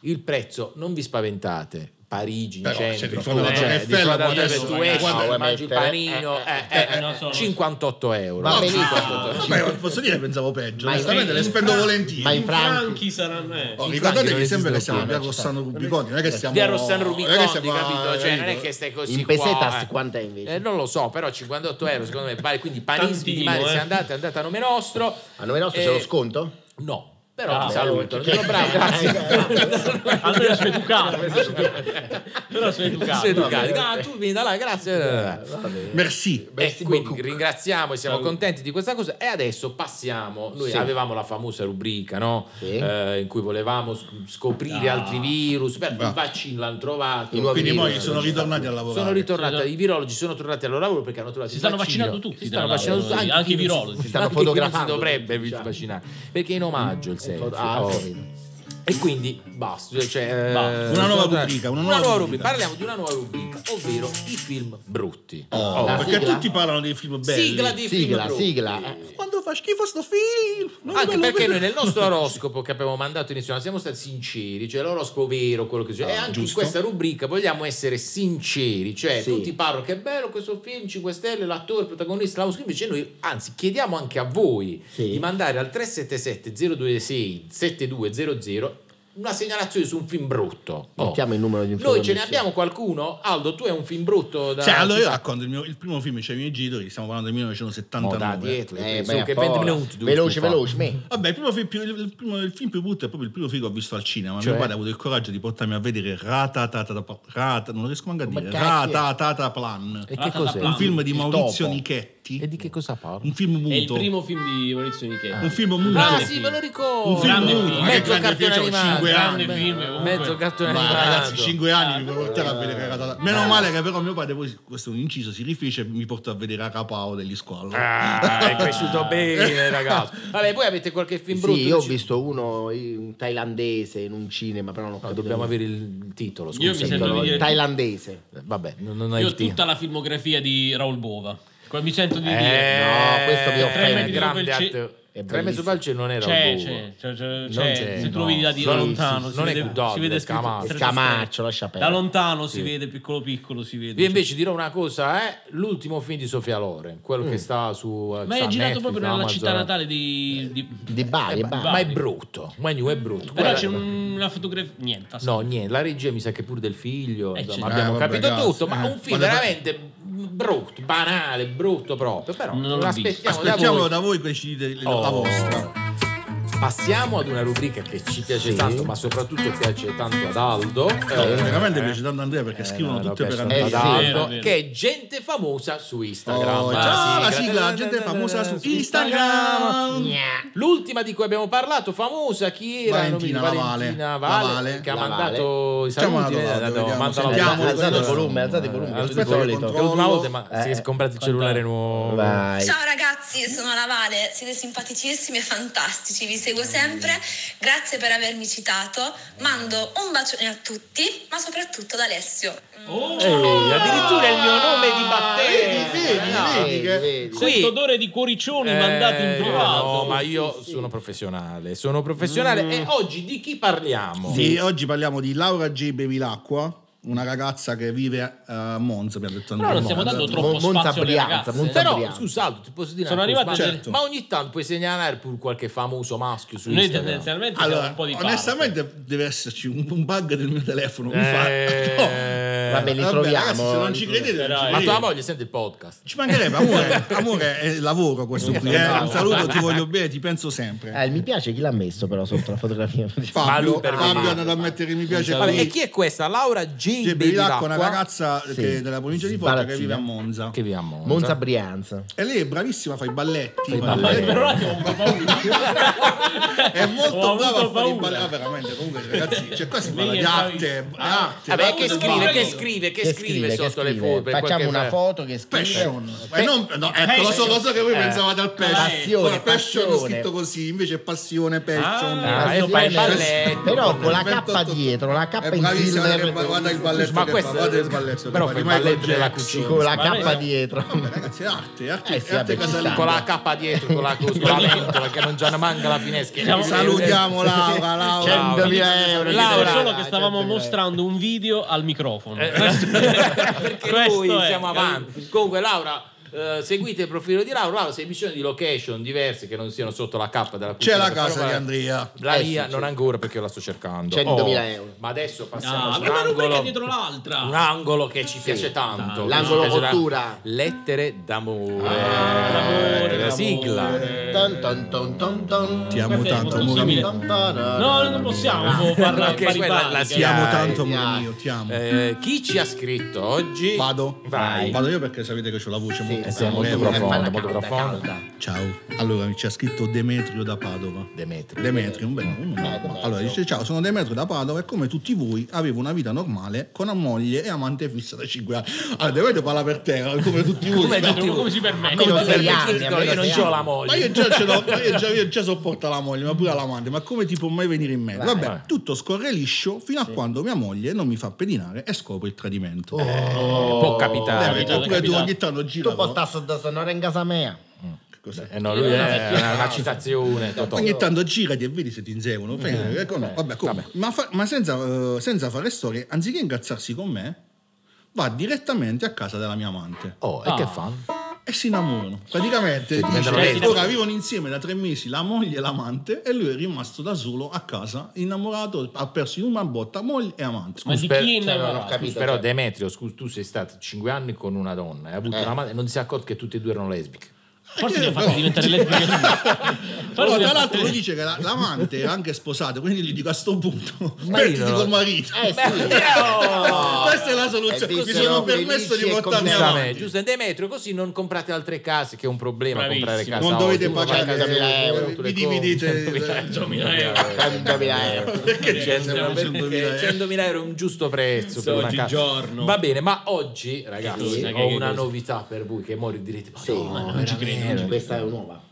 [SPEAKER 1] Il prezzo, non vi spaventate. Parigi, in
[SPEAKER 4] Però,
[SPEAKER 1] centro,
[SPEAKER 4] cioè, di fronte alla
[SPEAKER 1] cioè,
[SPEAKER 4] Torre
[SPEAKER 1] di
[SPEAKER 4] Eiffel,
[SPEAKER 1] fronte alla Torre
[SPEAKER 4] voglio
[SPEAKER 1] Eiffel,
[SPEAKER 4] dire,
[SPEAKER 1] tu
[SPEAKER 4] ragazzi,
[SPEAKER 1] esci,
[SPEAKER 5] vuole
[SPEAKER 1] mangi il
[SPEAKER 5] mettere-
[SPEAKER 1] panino, eh,
[SPEAKER 5] eh,
[SPEAKER 1] eh,
[SPEAKER 3] eh, non so,
[SPEAKER 1] 58 euro.
[SPEAKER 5] Va benissimo.
[SPEAKER 1] 58 euro.
[SPEAKER 4] Beh, Ah, posso dire che pensavo peggio.
[SPEAKER 5] Ma
[SPEAKER 4] Onestamente
[SPEAKER 5] in-
[SPEAKER 4] le spendo
[SPEAKER 1] Eh,
[SPEAKER 4] volentieri.
[SPEAKER 5] ma in franchi.
[SPEAKER 3] saranno... eh.
[SPEAKER 4] Oh,
[SPEAKER 1] i franchi
[SPEAKER 4] ricordatevi
[SPEAKER 1] non
[SPEAKER 4] sempre che
[SPEAKER 1] esistono
[SPEAKER 4] siamo a
[SPEAKER 1] più,
[SPEAKER 4] Via
[SPEAKER 1] non ci
[SPEAKER 4] Rossano Rubiconi, non è che siamo
[SPEAKER 1] Via Rossano
[SPEAKER 4] non è Eh, che
[SPEAKER 1] Rubiconi,
[SPEAKER 4] siamo-
[SPEAKER 1] capito? Cioè, non è che stai così
[SPEAKER 5] In pesetas
[SPEAKER 1] qua, eh.
[SPEAKER 5] quant'è invece?
[SPEAKER 1] Eh, non lo so, però 58 euro secondo me vale, quindi panismi di
[SPEAKER 3] Tantino,
[SPEAKER 1] mare, se
[SPEAKER 3] eh.
[SPEAKER 1] andate, andate a nome nostro.
[SPEAKER 5] A nome nostro
[SPEAKER 1] Eh,
[SPEAKER 5] c'è lo sconto?
[SPEAKER 1] No, però
[SPEAKER 3] Ah,
[SPEAKER 1] ti saluto.
[SPEAKER 5] perché-
[SPEAKER 1] Sono bravo, grazie.
[SPEAKER 3] Almeno sono educato. Però sono educato.
[SPEAKER 1] Sei educato. Ah, tu vieni da là, grazie.
[SPEAKER 4] Merci.
[SPEAKER 1] E
[SPEAKER 5] Besti
[SPEAKER 1] quindi
[SPEAKER 5] beaucoup.
[SPEAKER 1] ringraziamo e siamo contenti di questa cosa. E adesso passiamo. Noi
[SPEAKER 5] Sì.
[SPEAKER 1] avevamo la famosa rubrica, no?
[SPEAKER 5] Sì.
[SPEAKER 1] Eh, in cui volevamo sc- scoprire
[SPEAKER 3] Ah.
[SPEAKER 1] altri virus. Beh,
[SPEAKER 4] Ah.
[SPEAKER 1] I vaccini l'hanno trovato.
[SPEAKER 5] I nuovi
[SPEAKER 4] Quindi
[SPEAKER 5] Capito,
[SPEAKER 4] poi sono ritornati a lavorare.
[SPEAKER 1] Sono ritornati,
[SPEAKER 3] Sì.
[SPEAKER 1] i virologi sono tornati al loro lavoro perché hanno trovato
[SPEAKER 3] Si
[SPEAKER 1] il
[SPEAKER 3] stanno
[SPEAKER 1] vaccino.
[SPEAKER 3] vaccinando tutti,
[SPEAKER 1] si stanno
[SPEAKER 3] tra
[SPEAKER 1] vaccinando
[SPEAKER 3] l'altro,
[SPEAKER 1] tutti,
[SPEAKER 3] anche i
[SPEAKER 1] chi non si-
[SPEAKER 3] virologi. Si
[SPEAKER 5] stanno
[SPEAKER 1] anche chi non
[SPEAKER 5] fotografando,
[SPEAKER 1] si dovrebbe
[SPEAKER 5] diciamo.
[SPEAKER 1] vaccinare perché è in omaggio il selfie.
[SPEAKER 5] Ah,
[SPEAKER 1] Oh.
[SPEAKER 5] capito.
[SPEAKER 1] E quindi basta. Cioè, eh,
[SPEAKER 3] Basta.
[SPEAKER 4] Una nuova
[SPEAKER 1] sono-
[SPEAKER 4] rubrica, una
[SPEAKER 1] una
[SPEAKER 4] nuova
[SPEAKER 1] nuova
[SPEAKER 4] rubrica.
[SPEAKER 1] rubrica. Parliamo di una nuova rubrica, ovvero i film brutti.
[SPEAKER 4] Oh,
[SPEAKER 5] la
[SPEAKER 4] perché
[SPEAKER 5] sigla?
[SPEAKER 4] tutti parlano dei film belli.
[SPEAKER 1] Sigla di
[SPEAKER 5] Sigla,
[SPEAKER 1] film
[SPEAKER 5] sigla.
[SPEAKER 1] brutti.
[SPEAKER 5] Eh,
[SPEAKER 4] Quando fa schifo sto film. Non ve
[SPEAKER 1] Anche
[SPEAKER 4] lo
[SPEAKER 1] perché
[SPEAKER 4] vedo.
[SPEAKER 1] noi nel nostro oroscopo che abbiamo mandato inizialmente siamo stati sinceri, cioè l'oroscopo vero, quello che c'è.
[SPEAKER 5] Ah,
[SPEAKER 1] e anche
[SPEAKER 4] giusto.
[SPEAKER 1] in questa rubrica vogliamo essere sinceri, cioè
[SPEAKER 5] Sì.
[SPEAKER 1] tutti parlano che è bello questo film, 5 Stelle, l'attore, il protagonista, la musica, invece noi anzi chiediamo anche a voi
[SPEAKER 5] Sì.
[SPEAKER 1] di mandare al 377-026-7200 una segnalazione su un film brutto. Oh.
[SPEAKER 5] Mettiamo il numero di
[SPEAKER 1] Noi ce
[SPEAKER 5] informazione.
[SPEAKER 1] ne abbiamo qualcuno? Aldo, tu hai un film brutto da...
[SPEAKER 4] Cioè, allora io
[SPEAKER 1] citarci?
[SPEAKER 4] racconto il, mio, il primo film, cioè i miei genitori, stiamo parlando del
[SPEAKER 1] Mo da
[SPEAKER 4] 1979.
[SPEAKER 1] Oh, dietro,
[SPEAKER 5] Eh,
[SPEAKER 1] sono
[SPEAKER 5] beh,
[SPEAKER 1] che
[SPEAKER 5] porra.
[SPEAKER 1] 20 minuti. devo
[SPEAKER 5] Veloce,
[SPEAKER 1] stufare.
[SPEAKER 5] veloce, me.
[SPEAKER 4] Vabbè, il, primo film, più- il, primo- il film più brutto è proprio il primo film che ho visto al cinema.
[SPEAKER 1] Cioè?
[SPEAKER 4] Mio padre ha avuto il coraggio di portarmi a vedere Ratatataplan. Rata, non riesco manco a
[SPEAKER 5] Come
[SPEAKER 4] dire.
[SPEAKER 5] cacchio è?
[SPEAKER 4] Ratatataplan.
[SPEAKER 1] E che
[SPEAKER 3] Rata da
[SPEAKER 1] cos'è?
[SPEAKER 4] Eh, Un
[SPEAKER 3] plan.
[SPEAKER 4] film di
[SPEAKER 5] Il
[SPEAKER 4] Maurizio
[SPEAKER 5] topo.
[SPEAKER 4] Nichetti.
[SPEAKER 1] E di che cosa parla?
[SPEAKER 4] Un film muto.
[SPEAKER 3] È il primo film di Maurizio Michele.
[SPEAKER 4] Un film muto.
[SPEAKER 1] Ah
[SPEAKER 3] Grande
[SPEAKER 1] sì,
[SPEAKER 3] film.
[SPEAKER 1] me lo ricordo.
[SPEAKER 4] Un film
[SPEAKER 3] Grande
[SPEAKER 4] muto.
[SPEAKER 3] film.
[SPEAKER 4] Ma che
[SPEAKER 1] Mezzo
[SPEAKER 4] grande
[SPEAKER 1] cartone
[SPEAKER 4] film, c'ho
[SPEAKER 1] animato.
[SPEAKER 4] cinque
[SPEAKER 3] grande
[SPEAKER 4] anni.
[SPEAKER 3] film, comunque.
[SPEAKER 1] Eh, Mezzo cartone
[SPEAKER 4] Ma
[SPEAKER 1] animato.
[SPEAKER 4] ragazzi, 5 anni mi portare a vedere Ratatata. Meno male che però mio padre, poi questo è un inciso, si rifece e mi portò a vedere Acapao degli squall.
[SPEAKER 1] Ah, è cresciuto bene, ragazzi. Vabbè, voi avete qualche film brutto?
[SPEAKER 5] Sì, io ho
[SPEAKER 1] Ci-
[SPEAKER 5] visto uno eh, un thailandese in un cinema, però non ho
[SPEAKER 1] No,
[SPEAKER 5] capito
[SPEAKER 1] dobbiamo
[SPEAKER 5] il
[SPEAKER 1] avere il titolo, scusa.
[SPEAKER 3] Io mi sento
[SPEAKER 5] titolo.
[SPEAKER 3] di dire-
[SPEAKER 5] Thailandese.
[SPEAKER 1] Vabbè, non, non hai
[SPEAKER 3] Io ho
[SPEAKER 1] il titolo.
[SPEAKER 3] tutta la filmografia di Raul Bova. Qua mi sento di dire.
[SPEAKER 1] Eh,
[SPEAKER 5] No, questo mi offende.
[SPEAKER 1] Tre grande
[SPEAKER 3] Tre metri sopra il
[SPEAKER 1] atto-
[SPEAKER 5] È
[SPEAKER 1] Tre mezzo
[SPEAKER 5] bellissimo.
[SPEAKER 1] palce non era
[SPEAKER 3] C'è,
[SPEAKER 1] un buco.
[SPEAKER 3] c'è, c'è, c'è,
[SPEAKER 1] boh. Non
[SPEAKER 3] c'è.
[SPEAKER 1] c'è,
[SPEAKER 3] se tu
[SPEAKER 1] no.
[SPEAKER 3] lo vedi da, di- da
[SPEAKER 1] Non-
[SPEAKER 3] lontano,
[SPEAKER 1] sì,
[SPEAKER 3] si
[SPEAKER 1] non è
[SPEAKER 3] vede,
[SPEAKER 1] Cudol,
[SPEAKER 3] si vede
[SPEAKER 1] è
[SPEAKER 3] scritto-
[SPEAKER 1] Camaccio.
[SPEAKER 3] stretto-
[SPEAKER 5] Scamaccio, lascia
[SPEAKER 3] Da
[SPEAKER 5] perdere.
[SPEAKER 3] lontano si
[SPEAKER 1] Sì.
[SPEAKER 3] vede piccolo piccolo si vede.
[SPEAKER 1] Io invece dirò una cosa, eh, l'ultimo film di Sofia Loren, quello che sta su eh,
[SPEAKER 3] Mm. Ma
[SPEAKER 1] sta
[SPEAKER 3] è girato
[SPEAKER 1] Netflix,
[SPEAKER 3] proprio nella
[SPEAKER 1] Amazon.
[SPEAKER 3] città natale di, di-
[SPEAKER 5] Di Bari,
[SPEAKER 1] Eh,
[SPEAKER 5] e
[SPEAKER 1] ma,
[SPEAKER 5] Bari.
[SPEAKER 1] ma è brutto, Manu è brutto.
[SPEAKER 3] Però
[SPEAKER 1] Guarda-
[SPEAKER 3] c'è un- una fotografia niente. assolutamente.
[SPEAKER 1] No, niente, la regia mi sa che pure del figlio,
[SPEAKER 3] Eh,
[SPEAKER 1] insomma,
[SPEAKER 3] certo.
[SPEAKER 1] abbiamo
[SPEAKER 4] Eh, vabbè,
[SPEAKER 1] capito
[SPEAKER 4] cazzo,
[SPEAKER 1] tutto, ma
[SPEAKER 4] eh.
[SPEAKER 1] un film
[SPEAKER 4] Quando-
[SPEAKER 1] veramente brutto, banale, brutto proprio, però
[SPEAKER 3] Non l'ho
[SPEAKER 1] lo
[SPEAKER 3] visto.
[SPEAKER 1] aspettiamo da
[SPEAKER 4] Aspettiamo
[SPEAKER 1] voi.
[SPEAKER 4] da voi che ci dite la- la
[SPEAKER 1] Oh.
[SPEAKER 4] vostra.
[SPEAKER 1] Passiamo ad una rubrica che ci piace
[SPEAKER 5] Sì.
[SPEAKER 1] tanto, ma soprattutto piace tanto ad Aldo.
[SPEAKER 4] Eh,
[SPEAKER 1] Eh,
[SPEAKER 4] veramente piace tanto Andrea perché
[SPEAKER 1] eh,
[SPEAKER 4] scrivono
[SPEAKER 1] no, no,
[SPEAKER 4] tutte per
[SPEAKER 1] piace
[SPEAKER 4] Andrea.
[SPEAKER 1] tanto
[SPEAKER 5] Eh, sì.
[SPEAKER 1] ad
[SPEAKER 3] Vero,
[SPEAKER 1] Aldo,
[SPEAKER 3] vero.
[SPEAKER 1] che è gente famosa su Instagram.
[SPEAKER 4] Oh,
[SPEAKER 1] Ah,
[SPEAKER 4] ciao, la
[SPEAKER 1] sì,
[SPEAKER 4] sigla, gente famosa su Instagram.
[SPEAKER 5] Gna.
[SPEAKER 1] L'ultima di cui abbiamo parlato, famosa, chi era?
[SPEAKER 4] Valentina
[SPEAKER 1] Non mi-
[SPEAKER 4] Lavale.
[SPEAKER 1] Valentina
[SPEAKER 4] Lavale.
[SPEAKER 1] Vale, che ha
[SPEAKER 5] Lavale.
[SPEAKER 1] mandato i
[SPEAKER 4] Facciamo
[SPEAKER 1] saluti.
[SPEAKER 4] una domanda,
[SPEAKER 1] eh, dato-
[SPEAKER 4] vediamo,
[SPEAKER 1] manda la-
[SPEAKER 4] sentiamo.
[SPEAKER 1] la-
[SPEAKER 5] Alzate il
[SPEAKER 4] questo-
[SPEAKER 5] volume, alzate il volume. che
[SPEAKER 1] Alzate
[SPEAKER 5] tutti
[SPEAKER 1] il volume.
[SPEAKER 5] solito.
[SPEAKER 1] Che l'ultima volta,
[SPEAKER 5] Eh.
[SPEAKER 1] ma si è comprato il cellulare nuovo.
[SPEAKER 5] Vai.
[SPEAKER 6] Ciao ragazzi, sono la Vale, siete simpaticissimi e fantastici, vi seguo sempre, grazie per avermi citato, mando un bacione a tutti, ma soprattutto ad Alessio.
[SPEAKER 1] Ehi, addirittura il mio nome di batteria.
[SPEAKER 5] Eh, Vedi, vedi, vedi.
[SPEAKER 1] Qui-
[SPEAKER 3] Sento odore di cuoricioni mandati in
[SPEAKER 1] Eh,
[SPEAKER 3] privato.
[SPEAKER 1] No, ma io sono professionale, sono professionale e oggi di chi parliamo?
[SPEAKER 4] Sì, oggi parliamo di Laura G. Bevilacqua, una ragazza che vive a- a Monza, abbiamo detto
[SPEAKER 3] Però non stiamo
[SPEAKER 4] Monza.
[SPEAKER 3] dando troppo
[SPEAKER 5] Mon- Monza
[SPEAKER 3] spazio alle
[SPEAKER 5] Brianza,
[SPEAKER 3] ragazze.
[SPEAKER 5] Monza
[SPEAKER 3] Però
[SPEAKER 1] Però,
[SPEAKER 5] Brianza.
[SPEAKER 1] scusato, ti posso dire
[SPEAKER 3] Sono
[SPEAKER 1] una cosa,
[SPEAKER 3] arrivate
[SPEAKER 1] ma,
[SPEAKER 3] delle-
[SPEAKER 1] ma ogni tanto puoi segnalare pure qualche famoso maschio su
[SPEAKER 3] noi
[SPEAKER 1] Instagram.
[SPEAKER 3] tendenzialmente siamo
[SPEAKER 4] Allora,
[SPEAKER 3] un po' di parte.
[SPEAKER 4] onestamente deve esserci un, un bug del mio telefono. Mi fa...
[SPEAKER 1] Eh,
[SPEAKER 5] Vabbè, li troviamo,
[SPEAKER 4] ragazzi, se non
[SPEAKER 5] li
[SPEAKER 4] ci
[SPEAKER 5] troviamo.
[SPEAKER 4] credete, non ci
[SPEAKER 3] Dai.
[SPEAKER 1] Ma
[SPEAKER 4] credete.
[SPEAKER 1] tua moglie sente il podcast.
[SPEAKER 4] Ci mancherebbe, amore, amore è lavoro questo qui. eh. Un saluto, ti voglio bene, ti penso sempre.
[SPEAKER 5] Eh, mi piace chi l'ha messo però sotto la fotografia.
[SPEAKER 1] Ma lui
[SPEAKER 4] Fabio,
[SPEAKER 1] per
[SPEAKER 4] Fabio
[SPEAKER 1] me.
[SPEAKER 4] è andato a mettere mi piace
[SPEAKER 1] Cioè, Vabbè,
[SPEAKER 4] qui.
[SPEAKER 1] e chi è questa? Laura G.
[SPEAKER 4] Cioè, Bevilacqua, una ragazza
[SPEAKER 5] Sì.
[SPEAKER 4] che- della provincia di Foggia che vive
[SPEAKER 5] Sbarazzina.
[SPEAKER 4] a Monza.
[SPEAKER 1] che vi amo.
[SPEAKER 5] Monza Brianza.
[SPEAKER 4] E lei è bravissima, fa i balletti.
[SPEAKER 1] i
[SPEAKER 4] fa-
[SPEAKER 1] balletti.
[SPEAKER 3] Per un attimo ho paura.
[SPEAKER 4] È molto
[SPEAKER 3] Ho
[SPEAKER 4] brava a
[SPEAKER 3] avuto
[SPEAKER 4] fare i
[SPEAKER 3] paura.
[SPEAKER 4] balletti. Ah, veramente, comunque, ragazzi, cioè, qua si parla
[SPEAKER 3] Lei
[SPEAKER 4] di
[SPEAKER 3] è
[SPEAKER 4] arte, arte.
[SPEAKER 1] Vabbè, Eh, che
[SPEAKER 4] arte,
[SPEAKER 1] scrive, che
[SPEAKER 4] ballo.
[SPEAKER 1] scrive, che scrive sotto le
[SPEAKER 5] scrive?
[SPEAKER 1] foto?
[SPEAKER 5] Facciamo
[SPEAKER 1] Perché-
[SPEAKER 5] una foto che scrive.
[SPEAKER 4] Passion. Eh, non- no, ecco, lo so, lo so che voi pensavate al passion.
[SPEAKER 5] Ah, Passione,
[SPEAKER 4] Ora, Passion
[SPEAKER 5] passione.
[SPEAKER 4] scritto così, invece è passione, passion.
[SPEAKER 1] Ah, adesso
[SPEAKER 5] Passione,
[SPEAKER 1] fai il balletto.
[SPEAKER 5] Però con la K
[SPEAKER 4] 28.
[SPEAKER 5] dietro, la K
[SPEAKER 4] È
[SPEAKER 5] in
[SPEAKER 4] bravissimo, guarda che- guarda il
[SPEAKER 5] silver,
[SPEAKER 4] balletto
[SPEAKER 1] Ma
[SPEAKER 4] che
[SPEAKER 1] questo-
[SPEAKER 4] fa, guarda il balletto che
[SPEAKER 1] però
[SPEAKER 4] fa,
[SPEAKER 1] fa il
[SPEAKER 4] di Michael
[SPEAKER 1] balletto della
[SPEAKER 4] Jackson.
[SPEAKER 1] cucina.
[SPEAKER 5] con la
[SPEAKER 3] Ma
[SPEAKER 5] K
[SPEAKER 3] noi-
[SPEAKER 5] dietro.
[SPEAKER 4] Ragazzi, è arte, è arte,
[SPEAKER 5] Eh sì,
[SPEAKER 4] è arte
[SPEAKER 5] vabbè, ci
[SPEAKER 4] casalinga.
[SPEAKER 5] sta.
[SPEAKER 1] con la K dietro, con la, con la mentola che non già ne manca la finestra.
[SPEAKER 3] Siamo-
[SPEAKER 4] Salutiamo Laura, Laura.
[SPEAKER 1] Ciao.
[SPEAKER 5] 100.000 euro.
[SPEAKER 3] Laura,
[SPEAKER 1] Laura, Eh.
[SPEAKER 3] solo che stavamo
[SPEAKER 5] 100.000
[SPEAKER 3] mostrando un video al microfono.
[SPEAKER 1] perché noi
[SPEAKER 3] Questo è,
[SPEAKER 1] siamo
[SPEAKER 3] capito?
[SPEAKER 1] avanti. Comunque, Laura. eh, seguite il profilo di Laura, Laura se hai bisogno di location diverse che non siano sotto la K della
[SPEAKER 4] C'è
[SPEAKER 1] cucina,
[SPEAKER 4] la
[SPEAKER 1] per
[SPEAKER 4] casa di
[SPEAKER 1] favore.
[SPEAKER 4] Andrea.
[SPEAKER 1] La
[SPEAKER 5] Eh,
[SPEAKER 1] mia
[SPEAKER 5] sì,
[SPEAKER 1] non ancora perché la sto cercando
[SPEAKER 5] 100.000 euro.
[SPEAKER 1] ma adesso passiamo
[SPEAKER 3] Ah,
[SPEAKER 1] a un
[SPEAKER 3] una rubrica
[SPEAKER 1] angolo
[SPEAKER 3] dietro l'altra.
[SPEAKER 1] un angolo che ci piace
[SPEAKER 3] dai.
[SPEAKER 1] tanto che ci
[SPEAKER 5] L'angolo
[SPEAKER 1] piace tanto.
[SPEAKER 5] cottura.
[SPEAKER 1] lettere d'amore
[SPEAKER 3] d'amore,
[SPEAKER 1] la
[SPEAKER 3] d'amore.
[SPEAKER 1] sigla
[SPEAKER 5] Ton, ton, ton, ton, ton.
[SPEAKER 4] Ti amo
[SPEAKER 3] Perfetto,
[SPEAKER 4] tanto,
[SPEAKER 3] molto
[SPEAKER 4] amore
[SPEAKER 3] simile.
[SPEAKER 4] mio.
[SPEAKER 5] Ton, ton, ton.
[SPEAKER 3] No, non possiamo parlare
[SPEAKER 1] Perché
[SPEAKER 3] pari
[SPEAKER 1] quella
[SPEAKER 3] pari.
[SPEAKER 1] la si-
[SPEAKER 4] Ti amo
[SPEAKER 1] Dai,
[SPEAKER 4] tanto, amore
[SPEAKER 5] dai.
[SPEAKER 4] mio, ti amo.
[SPEAKER 1] Eh, chi ci ha scritto oggi
[SPEAKER 4] Vado.
[SPEAKER 1] vai
[SPEAKER 4] Vado io perché sapete che ho la voce molto
[SPEAKER 5] Eh,
[SPEAKER 1] sì, è molto
[SPEAKER 4] amorevole.
[SPEAKER 1] profonda,
[SPEAKER 5] Falla
[SPEAKER 1] molto
[SPEAKER 5] calda,
[SPEAKER 1] profonda.
[SPEAKER 5] calda.
[SPEAKER 4] Ciao. Allora, ci ha scritto Demetrio da Padova.
[SPEAKER 1] Demetrio
[SPEAKER 4] Demetrio, un bel nome. Allora dice: Ciao, sono Demetrio da Padova e come tutti voi avevo una vita normale con una moglie e amante fissa da 5 anni. Allora, Demetrio parla per te, come tutti voi.
[SPEAKER 1] Come
[SPEAKER 4] Ma-
[SPEAKER 1] tutti-
[SPEAKER 3] Come si permette?
[SPEAKER 5] Almeno
[SPEAKER 1] Come
[SPEAKER 5] sei
[SPEAKER 1] per-
[SPEAKER 5] anni,
[SPEAKER 1] ti dico,
[SPEAKER 5] almeno
[SPEAKER 1] io non
[SPEAKER 5] sei
[SPEAKER 1] ho la
[SPEAKER 5] anni.
[SPEAKER 1] moglie
[SPEAKER 4] ma io già, ce l'ho, ma io già, io già sopporto la moglie, ma pure l'amante, ma come ti può mai venire in mente? Vabbè,
[SPEAKER 1] Vai.
[SPEAKER 4] tutto scorre liscio fino a quando mia moglie non mi fa pedinare e scopro il tradimento.
[SPEAKER 1] Eh, può capitare
[SPEAKER 4] Demetrio,
[SPEAKER 3] capitavo,
[SPEAKER 4] oppure tu
[SPEAKER 3] capitavo.
[SPEAKER 4] ogni tanto gira.
[SPEAKER 5] Tu puoi stare sotto sonora in casa mia.
[SPEAKER 1] Eh, no, lui è una, una citazione Totò.
[SPEAKER 4] Ogni tanto girati e vedi se ti inseguono. fermi, ecco, no, vabbè, comunque. Ma, fa- ma senza, eh, senza fare storie, anziché incazzarsi con me, va direttamente a casa della mia amante
[SPEAKER 1] oh e che fanno?
[SPEAKER 4] e si innamorano. Praticamente dice,
[SPEAKER 1] diventano lesbiche.
[SPEAKER 4] ora vivono insieme da tre mesi la moglie e l'amante e lui è rimasto da solo a casa, innamorato, ha perso in una botta moglie e amante.
[SPEAKER 3] Ma di
[SPEAKER 1] Sper-
[SPEAKER 3] chi è
[SPEAKER 5] Cioè, non ho
[SPEAKER 3] innamorato?
[SPEAKER 5] capito.
[SPEAKER 1] però
[SPEAKER 5] cioè.
[SPEAKER 1] Demetrio scusa, tu sei stato 5 anni con una donna e hai avuto
[SPEAKER 5] Eh.
[SPEAKER 1] una madre non ti sei accorto che tutte e due erano lesbiche
[SPEAKER 3] Forse ti ha fatto diventare lesbica.
[SPEAKER 4] Allora,
[SPEAKER 3] Forse
[SPEAKER 4] Oh, tra l'altro eh. lui dice che la- l'amante era anche sposata, quindi gli dico a sto punto, mettiti
[SPEAKER 1] io-
[SPEAKER 4] col marito.
[SPEAKER 5] Eh sì.
[SPEAKER 4] Questa è la
[SPEAKER 5] Eh,
[SPEAKER 4] soluzione. Mi
[SPEAKER 5] dissero
[SPEAKER 4] sono permesso
[SPEAKER 5] felici
[SPEAKER 4] di portarmi
[SPEAKER 5] e contenti.
[SPEAKER 1] Giustamente,
[SPEAKER 4] avanti.
[SPEAKER 1] giusto Demetrio così non comprate altre case che è un problema
[SPEAKER 3] Bravissimo.
[SPEAKER 1] comprare casa
[SPEAKER 4] Non
[SPEAKER 1] oggi,
[SPEAKER 4] dovete
[SPEAKER 1] tu vai a
[SPEAKER 4] pagare
[SPEAKER 1] casa di
[SPEAKER 5] eh,
[SPEAKER 1] Laura,
[SPEAKER 4] vi
[SPEAKER 1] tu le
[SPEAKER 4] dividete-
[SPEAKER 1] compri,
[SPEAKER 3] Cioè,
[SPEAKER 1] 100.000
[SPEAKER 3] eh.
[SPEAKER 5] 100.000 euro.
[SPEAKER 4] Perché c'è
[SPEAKER 1] 100.000 euro. 100.000 euro è un giusto prezzo per una casa.
[SPEAKER 3] Oggigiorno.
[SPEAKER 1] va bene ma oggi ragazzi
[SPEAKER 5] Sì.
[SPEAKER 1] ho una novità per voi che mori direte ma no, non ci credo
[SPEAKER 5] Eh, Questa è nuova.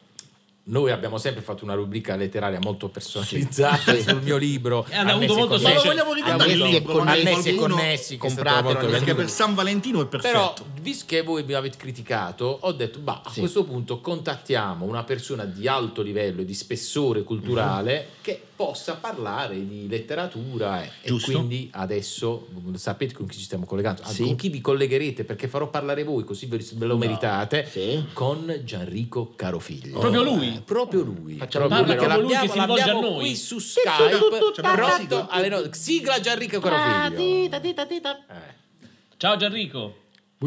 [SPEAKER 1] noi abbiamo sempre fatto una rubrica letteraria molto personalizzata sul mio libro
[SPEAKER 3] E hanno
[SPEAKER 1] Annessi
[SPEAKER 3] avuto molto
[SPEAKER 1] e
[SPEAKER 4] Ma lo
[SPEAKER 1] connessi.
[SPEAKER 3] successo.
[SPEAKER 4] vogliamo ricordare il
[SPEAKER 5] Annessi e
[SPEAKER 4] libro, magari
[SPEAKER 1] Annessi e
[SPEAKER 4] qualcuno-
[SPEAKER 1] connessi che è stato
[SPEAKER 5] Compratelo,
[SPEAKER 1] molto
[SPEAKER 5] annessi
[SPEAKER 4] Perché
[SPEAKER 1] venduto.
[SPEAKER 4] per San Valentino è
[SPEAKER 1] Però,
[SPEAKER 4] perfetto.
[SPEAKER 1] visto che voi mi avete criticato, ho detto, bah, a
[SPEAKER 5] Sì.
[SPEAKER 1] questo punto contattiamo una persona di alto livello e di spessore culturale che possa parlare di letteratura. E, e
[SPEAKER 4] Giusto.
[SPEAKER 1] quindi adesso mm, sapete con chi ci stiamo collegando, Ah,
[SPEAKER 5] Sì.
[SPEAKER 1] con chi vi collegherete, perché farò parlare voi, così ve ve lo meritate,
[SPEAKER 5] Sì.
[SPEAKER 1] con Gianrico Carofiglio.
[SPEAKER 3] Proprio lui?
[SPEAKER 1] Eh, Proprio lui.
[SPEAKER 5] Facciamo
[SPEAKER 1] Proprio
[SPEAKER 5] parlare
[SPEAKER 1] perché
[SPEAKER 3] con lui che si rivolge a
[SPEAKER 1] l'abbiamo
[SPEAKER 3] noi.
[SPEAKER 1] qui su Skype,
[SPEAKER 4] C'è proprio la
[SPEAKER 1] pronto
[SPEAKER 4] sigla?
[SPEAKER 1] alle no- Sigla Gianrico Carofiglio. Eh.
[SPEAKER 3] Ciao Gianrico.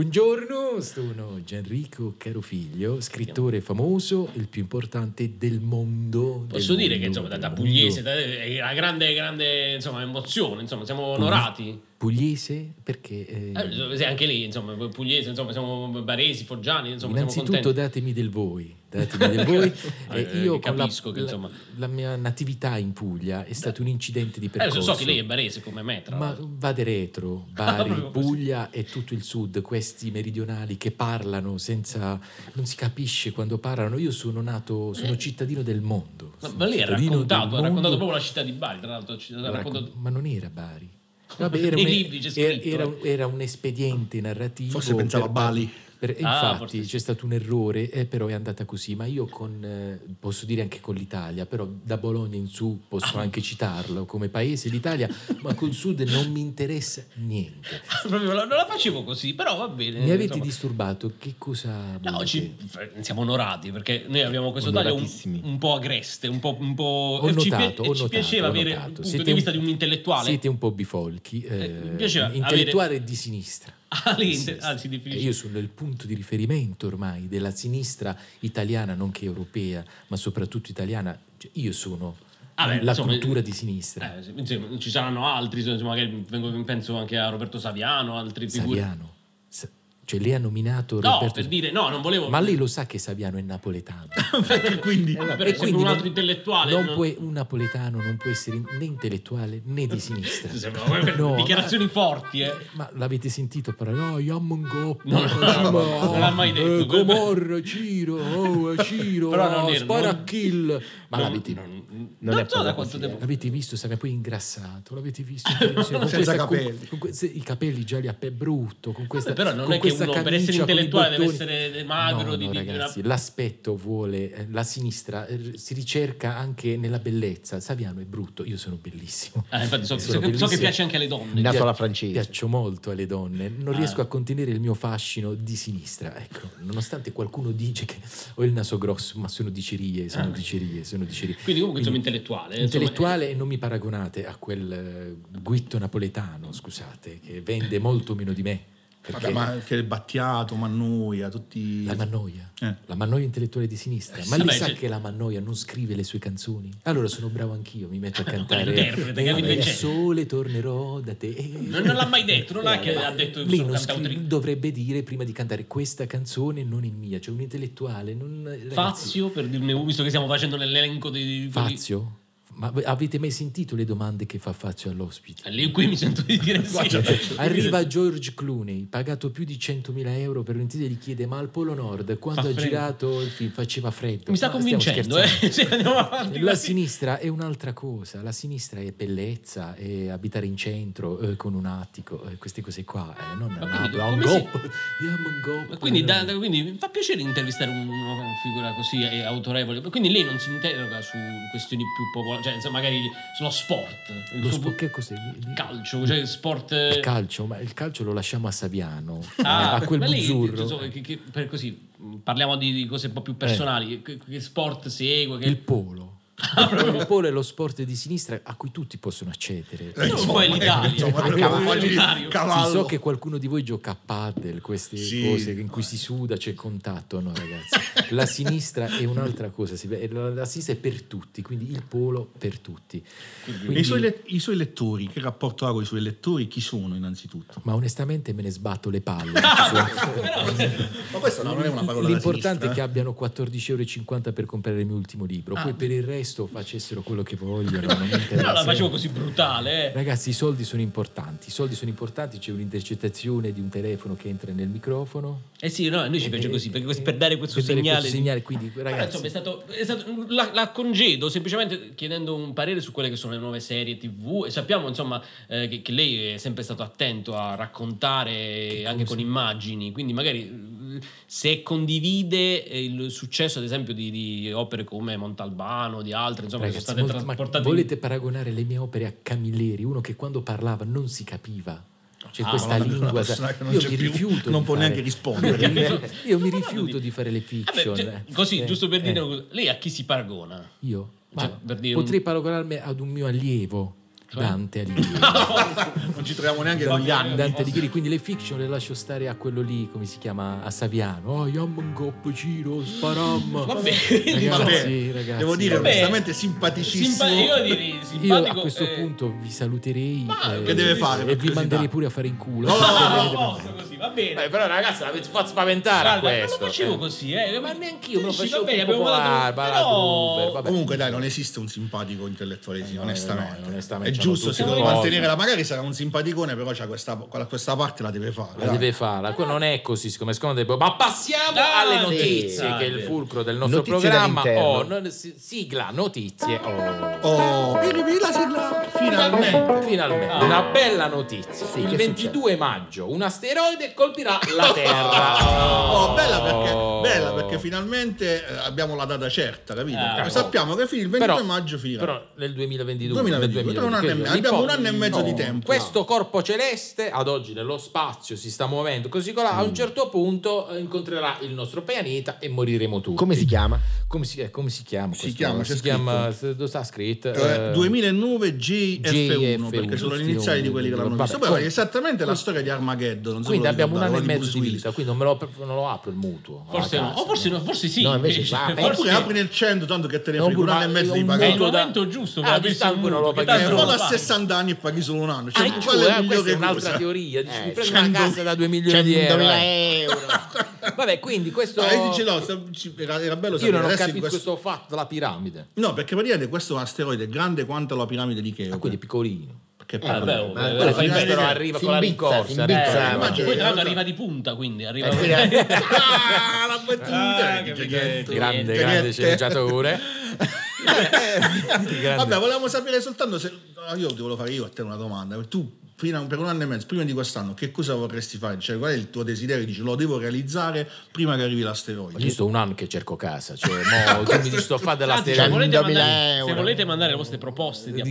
[SPEAKER 2] Buongiorno, sono Gianrico Carofiglio, scrittore famoso, il più importante del mondo. del
[SPEAKER 3] Posso dire che
[SPEAKER 2] mondo,
[SPEAKER 3] insomma, da,
[SPEAKER 2] del
[SPEAKER 3] da
[SPEAKER 2] mondo.
[SPEAKER 3] pugliese da- eh, è una grande, grande insomma, emozione, insomma, siamo onorati.
[SPEAKER 2] Pugliese? Perché... eh,
[SPEAKER 3] Eh, sì, anche lì, insomma, pugliese, insomma, siamo baresi, foggiani, insomma, siamo
[SPEAKER 2] Innanzitutto
[SPEAKER 3] contenti.
[SPEAKER 2] datemi del voi, datemi del voi.
[SPEAKER 3] Eh,
[SPEAKER 2] Eh, io con la-
[SPEAKER 3] capisco che,
[SPEAKER 2] la,
[SPEAKER 3] insomma-
[SPEAKER 2] la mia natività in Puglia è stato un incidente di
[SPEAKER 3] Adesso
[SPEAKER 2] percorso.
[SPEAKER 3] Eh, so che lei è barese come me, tra
[SPEAKER 2] Ma
[SPEAKER 3] l'altro.
[SPEAKER 2] vade retro,
[SPEAKER 3] Proprio
[SPEAKER 2] Bari,
[SPEAKER 3] così.
[SPEAKER 2] Puglia e tutto il sud, questi meridionali che parlano senza... non si capisce quando parlano. Io sono nato, sono cittadino del mondo.
[SPEAKER 3] Eh. Ma,
[SPEAKER 2] sono
[SPEAKER 3] ma lei ha
[SPEAKER 2] cittadino
[SPEAKER 3] raccontato, ha
[SPEAKER 2] del mondo.
[SPEAKER 3] raccontato proprio la città di Bari, tra l'altro, ci- ha
[SPEAKER 2] Lo
[SPEAKER 3] raccontato-
[SPEAKER 2] raccon- Ma non era Bari. Vabbè, era,
[SPEAKER 3] Nei
[SPEAKER 2] un,
[SPEAKER 3] libri c'è
[SPEAKER 2] era-
[SPEAKER 3] scritto,
[SPEAKER 2] era-
[SPEAKER 3] eh.
[SPEAKER 2] era un espediente narrativo.
[SPEAKER 4] Forse pensava a Bali.
[SPEAKER 2] per-
[SPEAKER 3] Ah,
[SPEAKER 2] infatti
[SPEAKER 3] forse sì.
[SPEAKER 2] c'è stato un errore, eh, però è andata così. Ma io con, eh, posso dire anche con l'Italia, però da Bologna in su posso
[SPEAKER 3] Ah.
[SPEAKER 2] anche citarlo come paese l'Italia, ma col sud non mi interessa niente.
[SPEAKER 3] Proprio la- non la facevo così, però va bene.
[SPEAKER 2] Mi avete
[SPEAKER 3] insomma.
[SPEAKER 2] disturbato, che cosa...
[SPEAKER 3] Eh, No,
[SPEAKER 2] volete?
[SPEAKER 3] ci- siamo onorati perché noi abbiamo questo taglio un,
[SPEAKER 5] Onoratissimi.
[SPEAKER 3] un po' agreste, un po'. Un po'
[SPEAKER 2] Ho
[SPEAKER 3] e ci,
[SPEAKER 2] notato,
[SPEAKER 3] e
[SPEAKER 2] ho
[SPEAKER 3] ci
[SPEAKER 2] notato,
[SPEAKER 3] piaceva
[SPEAKER 2] ho
[SPEAKER 3] avere
[SPEAKER 2] notato.
[SPEAKER 3] il punto
[SPEAKER 2] Siete
[SPEAKER 3] di vista di un intellettuale.
[SPEAKER 2] Siete un po' bifolchi, eh,
[SPEAKER 3] mi piaceva avere-
[SPEAKER 2] intellettuale di sinistra.
[SPEAKER 3] Ah, lì,
[SPEAKER 2] Di
[SPEAKER 3] inte-
[SPEAKER 2] sinistra.
[SPEAKER 3] ah, si
[SPEAKER 2] E
[SPEAKER 3] definisce.
[SPEAKER 2] Eh, io sono il punto di riferimento ormai della sinistra italiana, nonché europea, ma soprattutto italiana. Cioè, io sono
[SPEAKER 3] Ah, beh,
[SPEAKER 2] la
[SPEAKER 3] insomma,
[SPEAKER 2] cultura di sinistra.
[SPEAKER 3] Eh, sì, insomma, ci saranno altri, insomma, magari vengo- penso anche a Roberto Saviano, altre figure.
[SPEAKER 2] Saviano, Sa-
[SPEAKER 1] Cioè lei ha nominato
[SPEAKER 3] No,
[SPEAKER 1] Roberto...
[SPEAKER 3] per dire, no, non volevo. Eh,
[SPEAKER 1] Ma lei lo sa che Saviano è napoletano.
[SPEAKER 4] Perché quindi
[SPEAKER 3] Però è sempre un altro intellettuale.
[SPEAKER 1] non
[SPEAKER 3] no?
[SPEAKER 1] può- un napoletano non può essere né intellettuale né di sinistra.
[SPEAKER 3] Sembra-
[SPEAKER 1] No,
[SPEAKER 3] dichiarazioni forti, eh.
[SPEAKER 1] Ma l'avete sentito parlare? No, Yamangop,
[SPEAKER 3] No, no, no, non l'ha mai detto.
[SPEAKER 1] Eh, Gomorra, Ciro, oh, Ciro,
[SPEAKER 3] Però non
[SPEAKER 1] oh,
[SPEAKER 3] era-
[SPEAKER 1] spara
[SPEAKER 3] non-
[SPEAKER 1] a kill. Ma
[SPEAKER 3] Non-
[SPEAKER 1] l'avete,
[SPEAKER 3] non,
[SPEAKER 5] Non
[SPEAKER 3] non
[SPEAKER 5] è
[SPEAKER 3] so da
[SPEAKER 5] proprio
[SPEAKER 3] quanto
[SPEAKER 5] così,
[SPEAKER 3] tempo.
[SPEAKER 1] l'avete visto? Sarà poi ingrassato. L'avete visto? in televisione, con questa-
[SPEAKER 4] Senza
[SPEAKER 1] con-
[SPEAKER 4] capelli.
[SPEAKER 1] con que- se- I capelli già li ha pe- brutto. Con questa,
[SPEAKER 3] però non
[SPEAKER 1] con
[SPEAKER 3] è che
[SPEAKER 1] questa
[SPEAKER 3] uno per
[SPEAKER 1] camicia
[SPEAKER 3] essere
[SPEAKER 1] con i
[SPEAKER 3] intellettuale deve
[SPEAKER 1] bottoni.
[SPEAKER 3] essere magro,
[SPEAKER 1] No,
[SPEAKER 3] di-
[SPEAKER 1] no,
[SPEAKER 3] di-
[SPEAKER 1] ragazzi, l'aspetto vuole eh, la sinistra eh, si ricerca anche nella bellezza. Saviano è brutto, io sono bellissimo.
[SPEAKER 3] Ah, infatti so,
[SPEAKER 1] Sono
[SPEAKER 3] so che- so che
[SPEAKER 1] bellissimo.
[SPEAKER 3] piace anche alle donne.
[SPEAKER 5] Il naso
[SPEAKER 1] Pia-
[SPEAKER 5] alla francese.
[SPEAKER 1] Piaccio molto alle donne, non
[SPEAKER 3] Ah.
[SPEAKER 1] riesco a contenere il mio fascino di sinistra. Ecco, nonostante qualcuno dice che ho il naso grosso, ma sono dicerie, sono
[SPEAKER 3] Ah.
[SPEAKER 1] dicerie, sono dicerie.
[SPEAKER 3] Quindi comunque insomma
[SPEAKER 1] Quindi-
[SPEAKER 3] intellettuale. insomma,
[SPEAKER 1] Intellettuale e non mi paragonate a quel eh, guitto napoletano, scusate, che vende molto meno di me. Perché
[SPEAKER 4] Vabbè, ma che il Battiato, Mannoia, tutti...
[SPEAKER 1] la Mannoia,
[SPEAKER 4] Eh.
[SPEAKER 1] la Mannoia intellettuale di sinistra. Ma
[SPEAKER 3] sì,
[SPEAKER 1] lei
[SPEAKER 3] beh,
[SPEAKER 1] sa
[SPEAKER 3] cioè-
[SPEAKER 1] che la Mannoia non scrive le sue canzoni? Allora sono bravo anch'io, mi metto a
[SPEAKER 3] Ah,
[SPEAKER 1] cantare.
[SPEAKER 3] Interpreta, capito?
[SPEAKER 1] Nel
[SPEAKER 3] Cioè-
[SPEAKER 1] sole tornerò da te.
[SPEAKER 3] Non, non l'ha mai detto, non è che ha detto che
[SPEAKER 1] Lei
[SPEAKER 3] sono
[SPEAKER 1] non scri-
[SPEAKER 3] cantautrice.
[SPEAKER 1] dovrebbe dire prima di cantare questa canzone non è mia, cioè un intellettuale. Non... ragazzi,
[SPEAKER 3] Fazio, per dirne uno, visto che stiamo facendo l'elenco di... di-
[SPEAKER 1] Fazio? Ma v- avete mai sentito le domande che fa Fazio all'ospite? Cioè,
[SPEAKER 3] Lì qui mi sento di dire sì.
[SPEAKER 1] Arriva George Clooney, pagato più di 100.000 euro per un'entità, gli chiede ma al Polo Nord quando
[SPEAKER 3] Fa
[SPEAKER 1] ha
[SPEAKER 3] freddo.
[SPEAKER 1] girato il film faceva freddo.
[SPEAKER 3] Mi sta
[SPEAKER 1] Ma
[SPEAKER 3] convincendo,
[SPEAKER 1] stiamo scherzando.
[SPEAKER 3] eh. Se andiamo avanti
[SPEAKER 1] La
[SPEAKER 3] così.
[SPEAKER 1] sinistra è un'altra cosa, la sinistra è bellezza, è abitare in centro eh, con un attico, eh, queste cose qua, eh, non
[SPEAKER 3] Ma
[SPEAKER 1] un
[SPEAKER 3] quindi
[SPEAKER 1] abla, un
[SPEAKER 3] come si-
[SPEAKER 1] gop, io amo un gop.
[SPEAKER 3] Ma Quindi, da-
[SPEAKER 1] No,
[SPEAKER 3] da- quindi mi fa piacere intervistare un- una figura così eh, autorevole. Quindi lei non si interroga su questioni più popolari, cioè insomma, magari sullo sport. Il
[SPEAKER 1] Lo
[SPEAKER 3] suo
[SPEAKER 1] spo-
[SPEAKER 3] po-
[SPEAKER 1] che cos'è? Il-
[SPEAKER 3] calcio, cioè sport. eh,
[SPEAKER 1] Il calcio, ma il calcio lo lasciamo a Saviano, eh,
[SPEAKER 3] Ah,
[SPEAKER 1] a quel
[SPEAKER 3] ma lei,
[SPEAKER 1] buzzurro. Eh.
[SPEAKER 3] insomma, che- che- per così mh, parliamo di, di cose un po' più personali. Che, che sport segue? Che...
[SPEAKER 1] Il polo. il polo è lo sport di sinistra a cui tutti possono accedere.
[SPEAKER 3] Però un po' è l'Italia.
[SPEAKER 4] Eh, Insomma,
[SPEAKER 3] Anche
[SPEAKER 4] cavallo.
[SPEAKER 3] un solitario.
[SPEAKER 4] Cavallo.
[SPEAKER 1] Si so che qualcuno di voi gioca a paddle, queste
[SPEAKER 4] Sì.
[SPEAKER 1] cose in cui si suda, c'è contatto, no ragazzi. La sinistra è un'altra cosa, si- la, la sinistra è per tutti, quindi il polo per tutti.
[SPEAKER 4] E
[SPEAKER 1] Quindi-
[SPEAKER 4] i suoi, le- i suoi lettori, che rapporto ha con i suoi lettori? Chi sono innanzitutto?
[SPEAKER 1] ma onestamente me ne sbatto le palle.
[SPEAKER 4] Ma questa non è una parola
[SPEAKER 1] L'importante è che abbiano 14,50 euro per comprare il mio ultimo libro,
[SPEAKER 3] Ah.
[SPEAKER 1] poi per il resto facessero quello che vogliono. non mi
[SPEAKER 3] Però la
[SPEAKER 1] interessa.
[SPEAKER 3] facevo così brutale. eh.
[SPEAKER 1] Ragazzi, i soldi sono importanti. I soldi sono importanti. C'è un'intercettazione di un telefono che entra nel microfono.
[SPEAKER 3] Eh sì, no, a noi ci piace
[SPEAKER 1] Eh,
[SPEAKER 3] così, perché questo-
[SPEAKER 1] eh,
[SPEAKER 3] per dare questo
[SPEAKER 1] per dare
[SPEAKER 3] segnale.
[SPEAKER 1] questo
[SPEAKER 3] di-
[SPEAKER 1] segnale, quindi,
[SPEAKER 3] Però,
[SPEAKER 1] ragazzi-
[SPEAKER 3] insomma, è stato, è stato- la, la congedo semplicemente chiedendo un parere su quelle che sono le nuove serie TV. E sappiamo, insomma, eh, che, che lei è sempre stato attento a raccontare anche con immagini. Quindi, magari eh, se condivide eh, il successo, ad esempio, di, di opere come Montalbano, di altre, insomma,
[SPEAKER 1] Ragazzi,
[SPEAKER 3] che sono
[SPEAKER 1] molto-
[SPEAKER 3] state
[SPEAKER 1] ma
[SPEAKER 3] trasportate. in-
[SPEAKER 1] volete paragonare le mie opere a Camilleri, uno che quando parlava non si capiva. C'è
[SPEAKER 3] Ah,
[SPEAKER 1] questa
[SPEAKER 4] una- una
[SPEAKER 1] lingua.
[SPEAKER 4] persona
[SPEAKER 1] sa-
[SPEAKER 4] che non
[SPEAKER 1] io
[SPEAKER 4] c'è
[SPEAKER 1] mi
[SPEAKER 4] più,
[SPEAKER 1] rifiuto.
[SPEAKER 4] non
[SPEAKER 1] di
[SPEAKER 4] può
[SPEAKER 1] fare-
[SPEAKER 4] neanche rispondere.
[SPEAKER 1] Io mi ri- Io mi
[SPEAKER 3] Stiamo parlando
[SPEAKER 1] rifiuto di fare le
[SPEAKER 3] Vabbè,
[SPEAKER 1] fiction.
[SPEAKER 3] cioè, così,
[SPEAKER 1] Eh,
[SPEAKER 3] giusto per dire
[SPEAKER 1] eh,
[SPEAKER 3] una cosa, lei a chi si paragona?
[SPEAKER 1] Io
[SPEAKER 3] Cioè,
[SPEAKER 1] Ma
[SPEAKER 3] per dire un-
[SPEAKER 1] potrei paragonarmi ad un mio allievo,
[SPEAKER 3] Cioè?
[SPEAKER 1] Dante Alighieri.
[SPEAKER 4] eh. Non ci troviamo neanche
[SPEAKER 3] Va
[SPEAKER 4] con gli
[SPEAKER 3] bene.
[SPEAKER 4] anni.
[SPEAKER 1] Dante Alighieri, quindi le fiction le lascio stare a quello lì, come si chiama, a Saviano. Oh, Yamangop, Ciro, Sparam.
[SPEAKER 3] Vabbè,
[SPEAKER 1] ragazzi,
[SPEAKER 4] Vabbè,
[SPEAKER 1] ragazzi.
[SPEAKER 4] Devo dire,
[SPEAKER 3] Vabbè.
[SPEAKER 4] onestamente, simpaticissimo.
[SPEAKER 3] Simpa- io direi
[SPEAKER 1] Io
[SPEAKER 3] simpatico.
[SPEAKER 1] a questo
[SPEAKER 3] eh,
[SPEAKER 1] punto vi saluterei
[SPEAKER 3] Ma
[SPEAKER 1] eh,
[SPEAKER 4] che deve fare, per
[SPEAKER 1] e vi
[SPEAKER 4] curiosità?
[SPEAKER 1] manderei pure a fare in culo.
[SPEAKER 3] Ah, a posto così, va bene.
[SPEAKER 7] Eh, però ragazzi l'avete fatto spaventare a
[SPEAKER 3] Guarda,
[SPEAKER 7] questo.
[SPEAKER 3] non lo facevo
[SPEAKER 7] eh.
[SPEAKER 3] così, eh.
[SPEAKER 7] Ma neanche io me lo
[SPEAKER 3] Dici,
[SPEAKER 7] facevo
[SPEAKER 3] va bene,
[SPEAKER 7] un po'
[SPEAKER 3] abbiamo parlato-
[SPEAKER 7] popolare, parlato
[SPEAKER 3] però-
[SPEAKER 7] Uber, vabbè.
[SPEAKER 4] Comunque, dai, non esiste un simpatico intellettualesimo,
[SPEAKER 7] No,
[SPEAKER 4] onestamente.
[SPEAKER 7] no, no, onestamente,
[SPEAKER 4] È giusto,
[SPEAKER 7] hanno
[SPEAKER 4] se
[SPEAKER 7] tutte
[SPEAKER 4] vuole
[SPEAKER 7] cose.
[SPEAKER 4] mantenere la magari sarà un simpaticone, però c'ha questa, quella- questa parte la deve fare.
[SPEAKER 7] La
[SPEAKER 5] Esatto.
[SPEAKER 4] dai.
[SPEAKER 7] deve fare, que- non è così, siccome secondo te- Ma passiamo
[SPEAKER 3] Ah,
[SPEAKER 7] alle
[SPEAKER 3] sì,
[SPEAKER 7] notizie,
[SPEAKER 3] dai,
[SPEAKER 7] che è il
[SPEAKER 3] vero.
[SPEAKER 7] fulcro del nostro
[SPEAKER 5] Notizie
[SPEAKER 7] programma.
[SPEAKER 5] dall'interno.
[SPEAKER 7] Oh, non- si- sigla, notizie. Oh.
[SPEAKER 4] Oh, piri, piri, la sigla, finalmente. Ah.
[SPEAKER 7] Finalmente, una bella notizia.
[SPEAKER 5] Sì,
[SPEAKER 7] il
[SPEAKER 5] che
[SPEAKER 7] 22 maggio un asteroide colpirà la Terra.
[SPEAKER 4] Oh, bella perché, bella perché finalmente eh, abbiamo la data certa, capito?
[SPEAKER 3] Ah,
[SPEAKER 4] Eh, Sappiamo che fino il 22 maggio finirà.
[SPEAKER 7] Però nel 2022,
[SPEAKER 4] 2022,
[SPEAKER 7] nel
[SPEAKER 4] tra un anno e mezzo.
[SPEAKER 7] quindi
[SPEAKER 4] Abbiamo
[SPEAKER 7] poi-
[SPEAKER 4] un anno e mezzo di
[SPEAKER 7] no,
[SPEAKER 4] tempo.
[SPEAKER 7] Questo corpo celeste ad oggi nello spazio si sta muovendo così colà,
[SPEAKER 5] Mm.
[SPEAKER 7] a un certo punto eh, incontrerà il nostro pianeta e moriremo tutti.
[SPEAKER 5] Come si chiama?
[SPEAKER 7] Come si, eh, come si chiama?
[SPEAKER 4] Si
[SPEAKER 7] questo?
[SPEAKER 4] chiama, c'è
[SPEAKER 7] si chiama, se- dove sta scritto?
[SPEAKER 4] Eh,
[SPEAKER 7] Eh,
[SPEAKER 4] 2009 J- JF1 perché sono le iniziali di quelli che l'hanno
[SPEAKER 1] Vabbè,
[SPEAKER 4] visto poi è
[SPEAKER 1] com-
[SPEAKER 4] esattamente la storia di Armageddon non so
[SPEAKER 1] Quindi
[SPEAKER 4] se lo
[SPEAKER 1] abbiamo un
[SPEAKER 4] ricordavo,
[SPEAKER 1] anno e
[SPEAKER 4] di
[SPEAKER 1] mezzo
[SPEAKER 4] Bruce
[SPEAKER 1] di
[SPEAKER 4] Willis.
[SPEAKER 1] vita, quindi non, me lo, non lo apro il mutuo.
[SPEAKER 3] Forse
[SPEAKER 1] alla
[SPEAKER 3] no,
[SPEAKER 1] cassa.
[SPEAKER 3] o forse, no, forse sì.
[SPEAKER 1] No, invece va,
[SPEAKER 3] forse-
[SPEAKER 4] oppure apri nel 100 tanto che te ne frega un anno e mezzo
[SPEAKER 1] un
[SPEAKER 3] È
[SPEAKER 4] di
[SPEAKER 3] il
[SPEAKER 4] pagare
[SPEAKER 1] mutuo da-
[SPEAKER 3] momento giusto.
[SPEAKER 1] Ah,
[SPEAKER 3] per
[SPEAKER 1] di
[SPEAKER 3] aprirsi un
[SPEAKER 1] tanto non lo
[SPEAKER 3] mutuo, che
[SPEAKER 1] paghiamo.
[SPEAKER 3] tanto
[SPEAKER 4] eh,
[SPEAKER 1] Allora,
[SPEAKER 3] non lo
[SPEAKER 4] fallo a
[SPEAKER 3] paghi.
[SPEAKER 4] 60 anni e paghi solo un anno
[SPEAKER 1] Ah,
[SPEAKER 4] cioè,
[SPEAKER 1] cioè,
[SPEAKER 4] qual è
[SPEAKER 1] eh, questa è
[SPEAKER 4] migliore
[SPEAKER 1] un'altra
[SPEAKER 4] cosa?
[SPEAKER 1] teoria. Dici, mi
[SPEAKER 5] Eh,
[SPEAKER 1] prendo una
[SPEAKER 4] 100
[SPEAKER 1] cassa da 2 milioni di
[SPEAKER 5] 100.000
[SPEAKER 1] euro. eh.
[SPEAKER 5] euro.
[SPEAKER 1] Vabbè, quindi questo.
[SPEAKER 4] Ah, e dice, no, sta- ci- era, era bello
[SPEAKER 1] io
[SPEAKER 4] sapere
[SPEAKER 1] non ho
[SPEAKER 4] adesso in
[SPEAKER 1] capito
[SPEAKER 4] questo-
[SPEAKER 1] questo fatto della piramide.
[SPEAKER 4] no perché praticamente questo è un asteroide grande quanto la piramide di Cheo
[SPEAKER 1] Ah, quindi piccolino.
[SPEAKER 4] che
[SPEAKER 3] Eh, vabbè,
[SPEAKER 4] parla-
[SPEAKER 3] oh,
[SPEAKER 5] Ma-
[SPEAKER 3] eh,
[SPEAKER 5] Allora,
[SPEAKER 1] Però,
[SPEAKER 3] lo fai
[SPEAKER 4] sì,
[SPEAKER 3] bene.
[SPEAKER 1] però
[SPEAKER 4] eh,
[SPEAKER 1] arriva
[SPEAKER 5] si
[SPEAKER 1] con la
[SPEAKER 5] imbizza, si
[SPEAKER 1] rincorsa.
[SPEAKER 5] imbizza.
[SPEAKER 1] eh,
[SPEAKER 5] Ma-
[SPEAKER 3] Poi tra l'altro arriva di punta, quindi arriva...
[SPEAKER 5] Eh, quindi-
[SPEAKER 4] ah la battuta
[SPEAKER 3] Ah,
[SPEAKER 4] che
[SPEAKER 3] che
[SPEAKER 4] niente.
[SPEAKER 1] Grande,
[SPEAKER 4] Che
[SPEAKER 1] grande
[SPEAKER 4] niente.
[SPEAKER 1] sceneggiatore. Eh, Grande.
[SPEAKER 4] Vabbè, volevamo sapere soltanto se. ah, Io ti volevo fare io a te una domanda. Tu, fino a- per un anno e mezzo, prima di quest'anno, che cosa vorresti fare? Cioè, qual è il tuo desiderio? Dici, lo devo realizzare prima che arrivi
[SPEAKER 1] Ma io
[SPEAKER 4] l'asteroide.
[SPEAKER 1] sto un anno che cerco casa, cioè, mo, tu mi dici sto a fare della
[SPEAKER 3] Anzi,
[SPEAKER 1] stereo-
[SPEAKER 3] se, cioè, volete
[SPEAKER 5] 100.000
[SPEAKER 3] mandare, se
[SPEAKER 5] euro.
[SPEAKER 3] volete mandare le vostre proposte
[SPEAKER 1] di,
[SPEAKER 3] di
[SPEAKER 1] di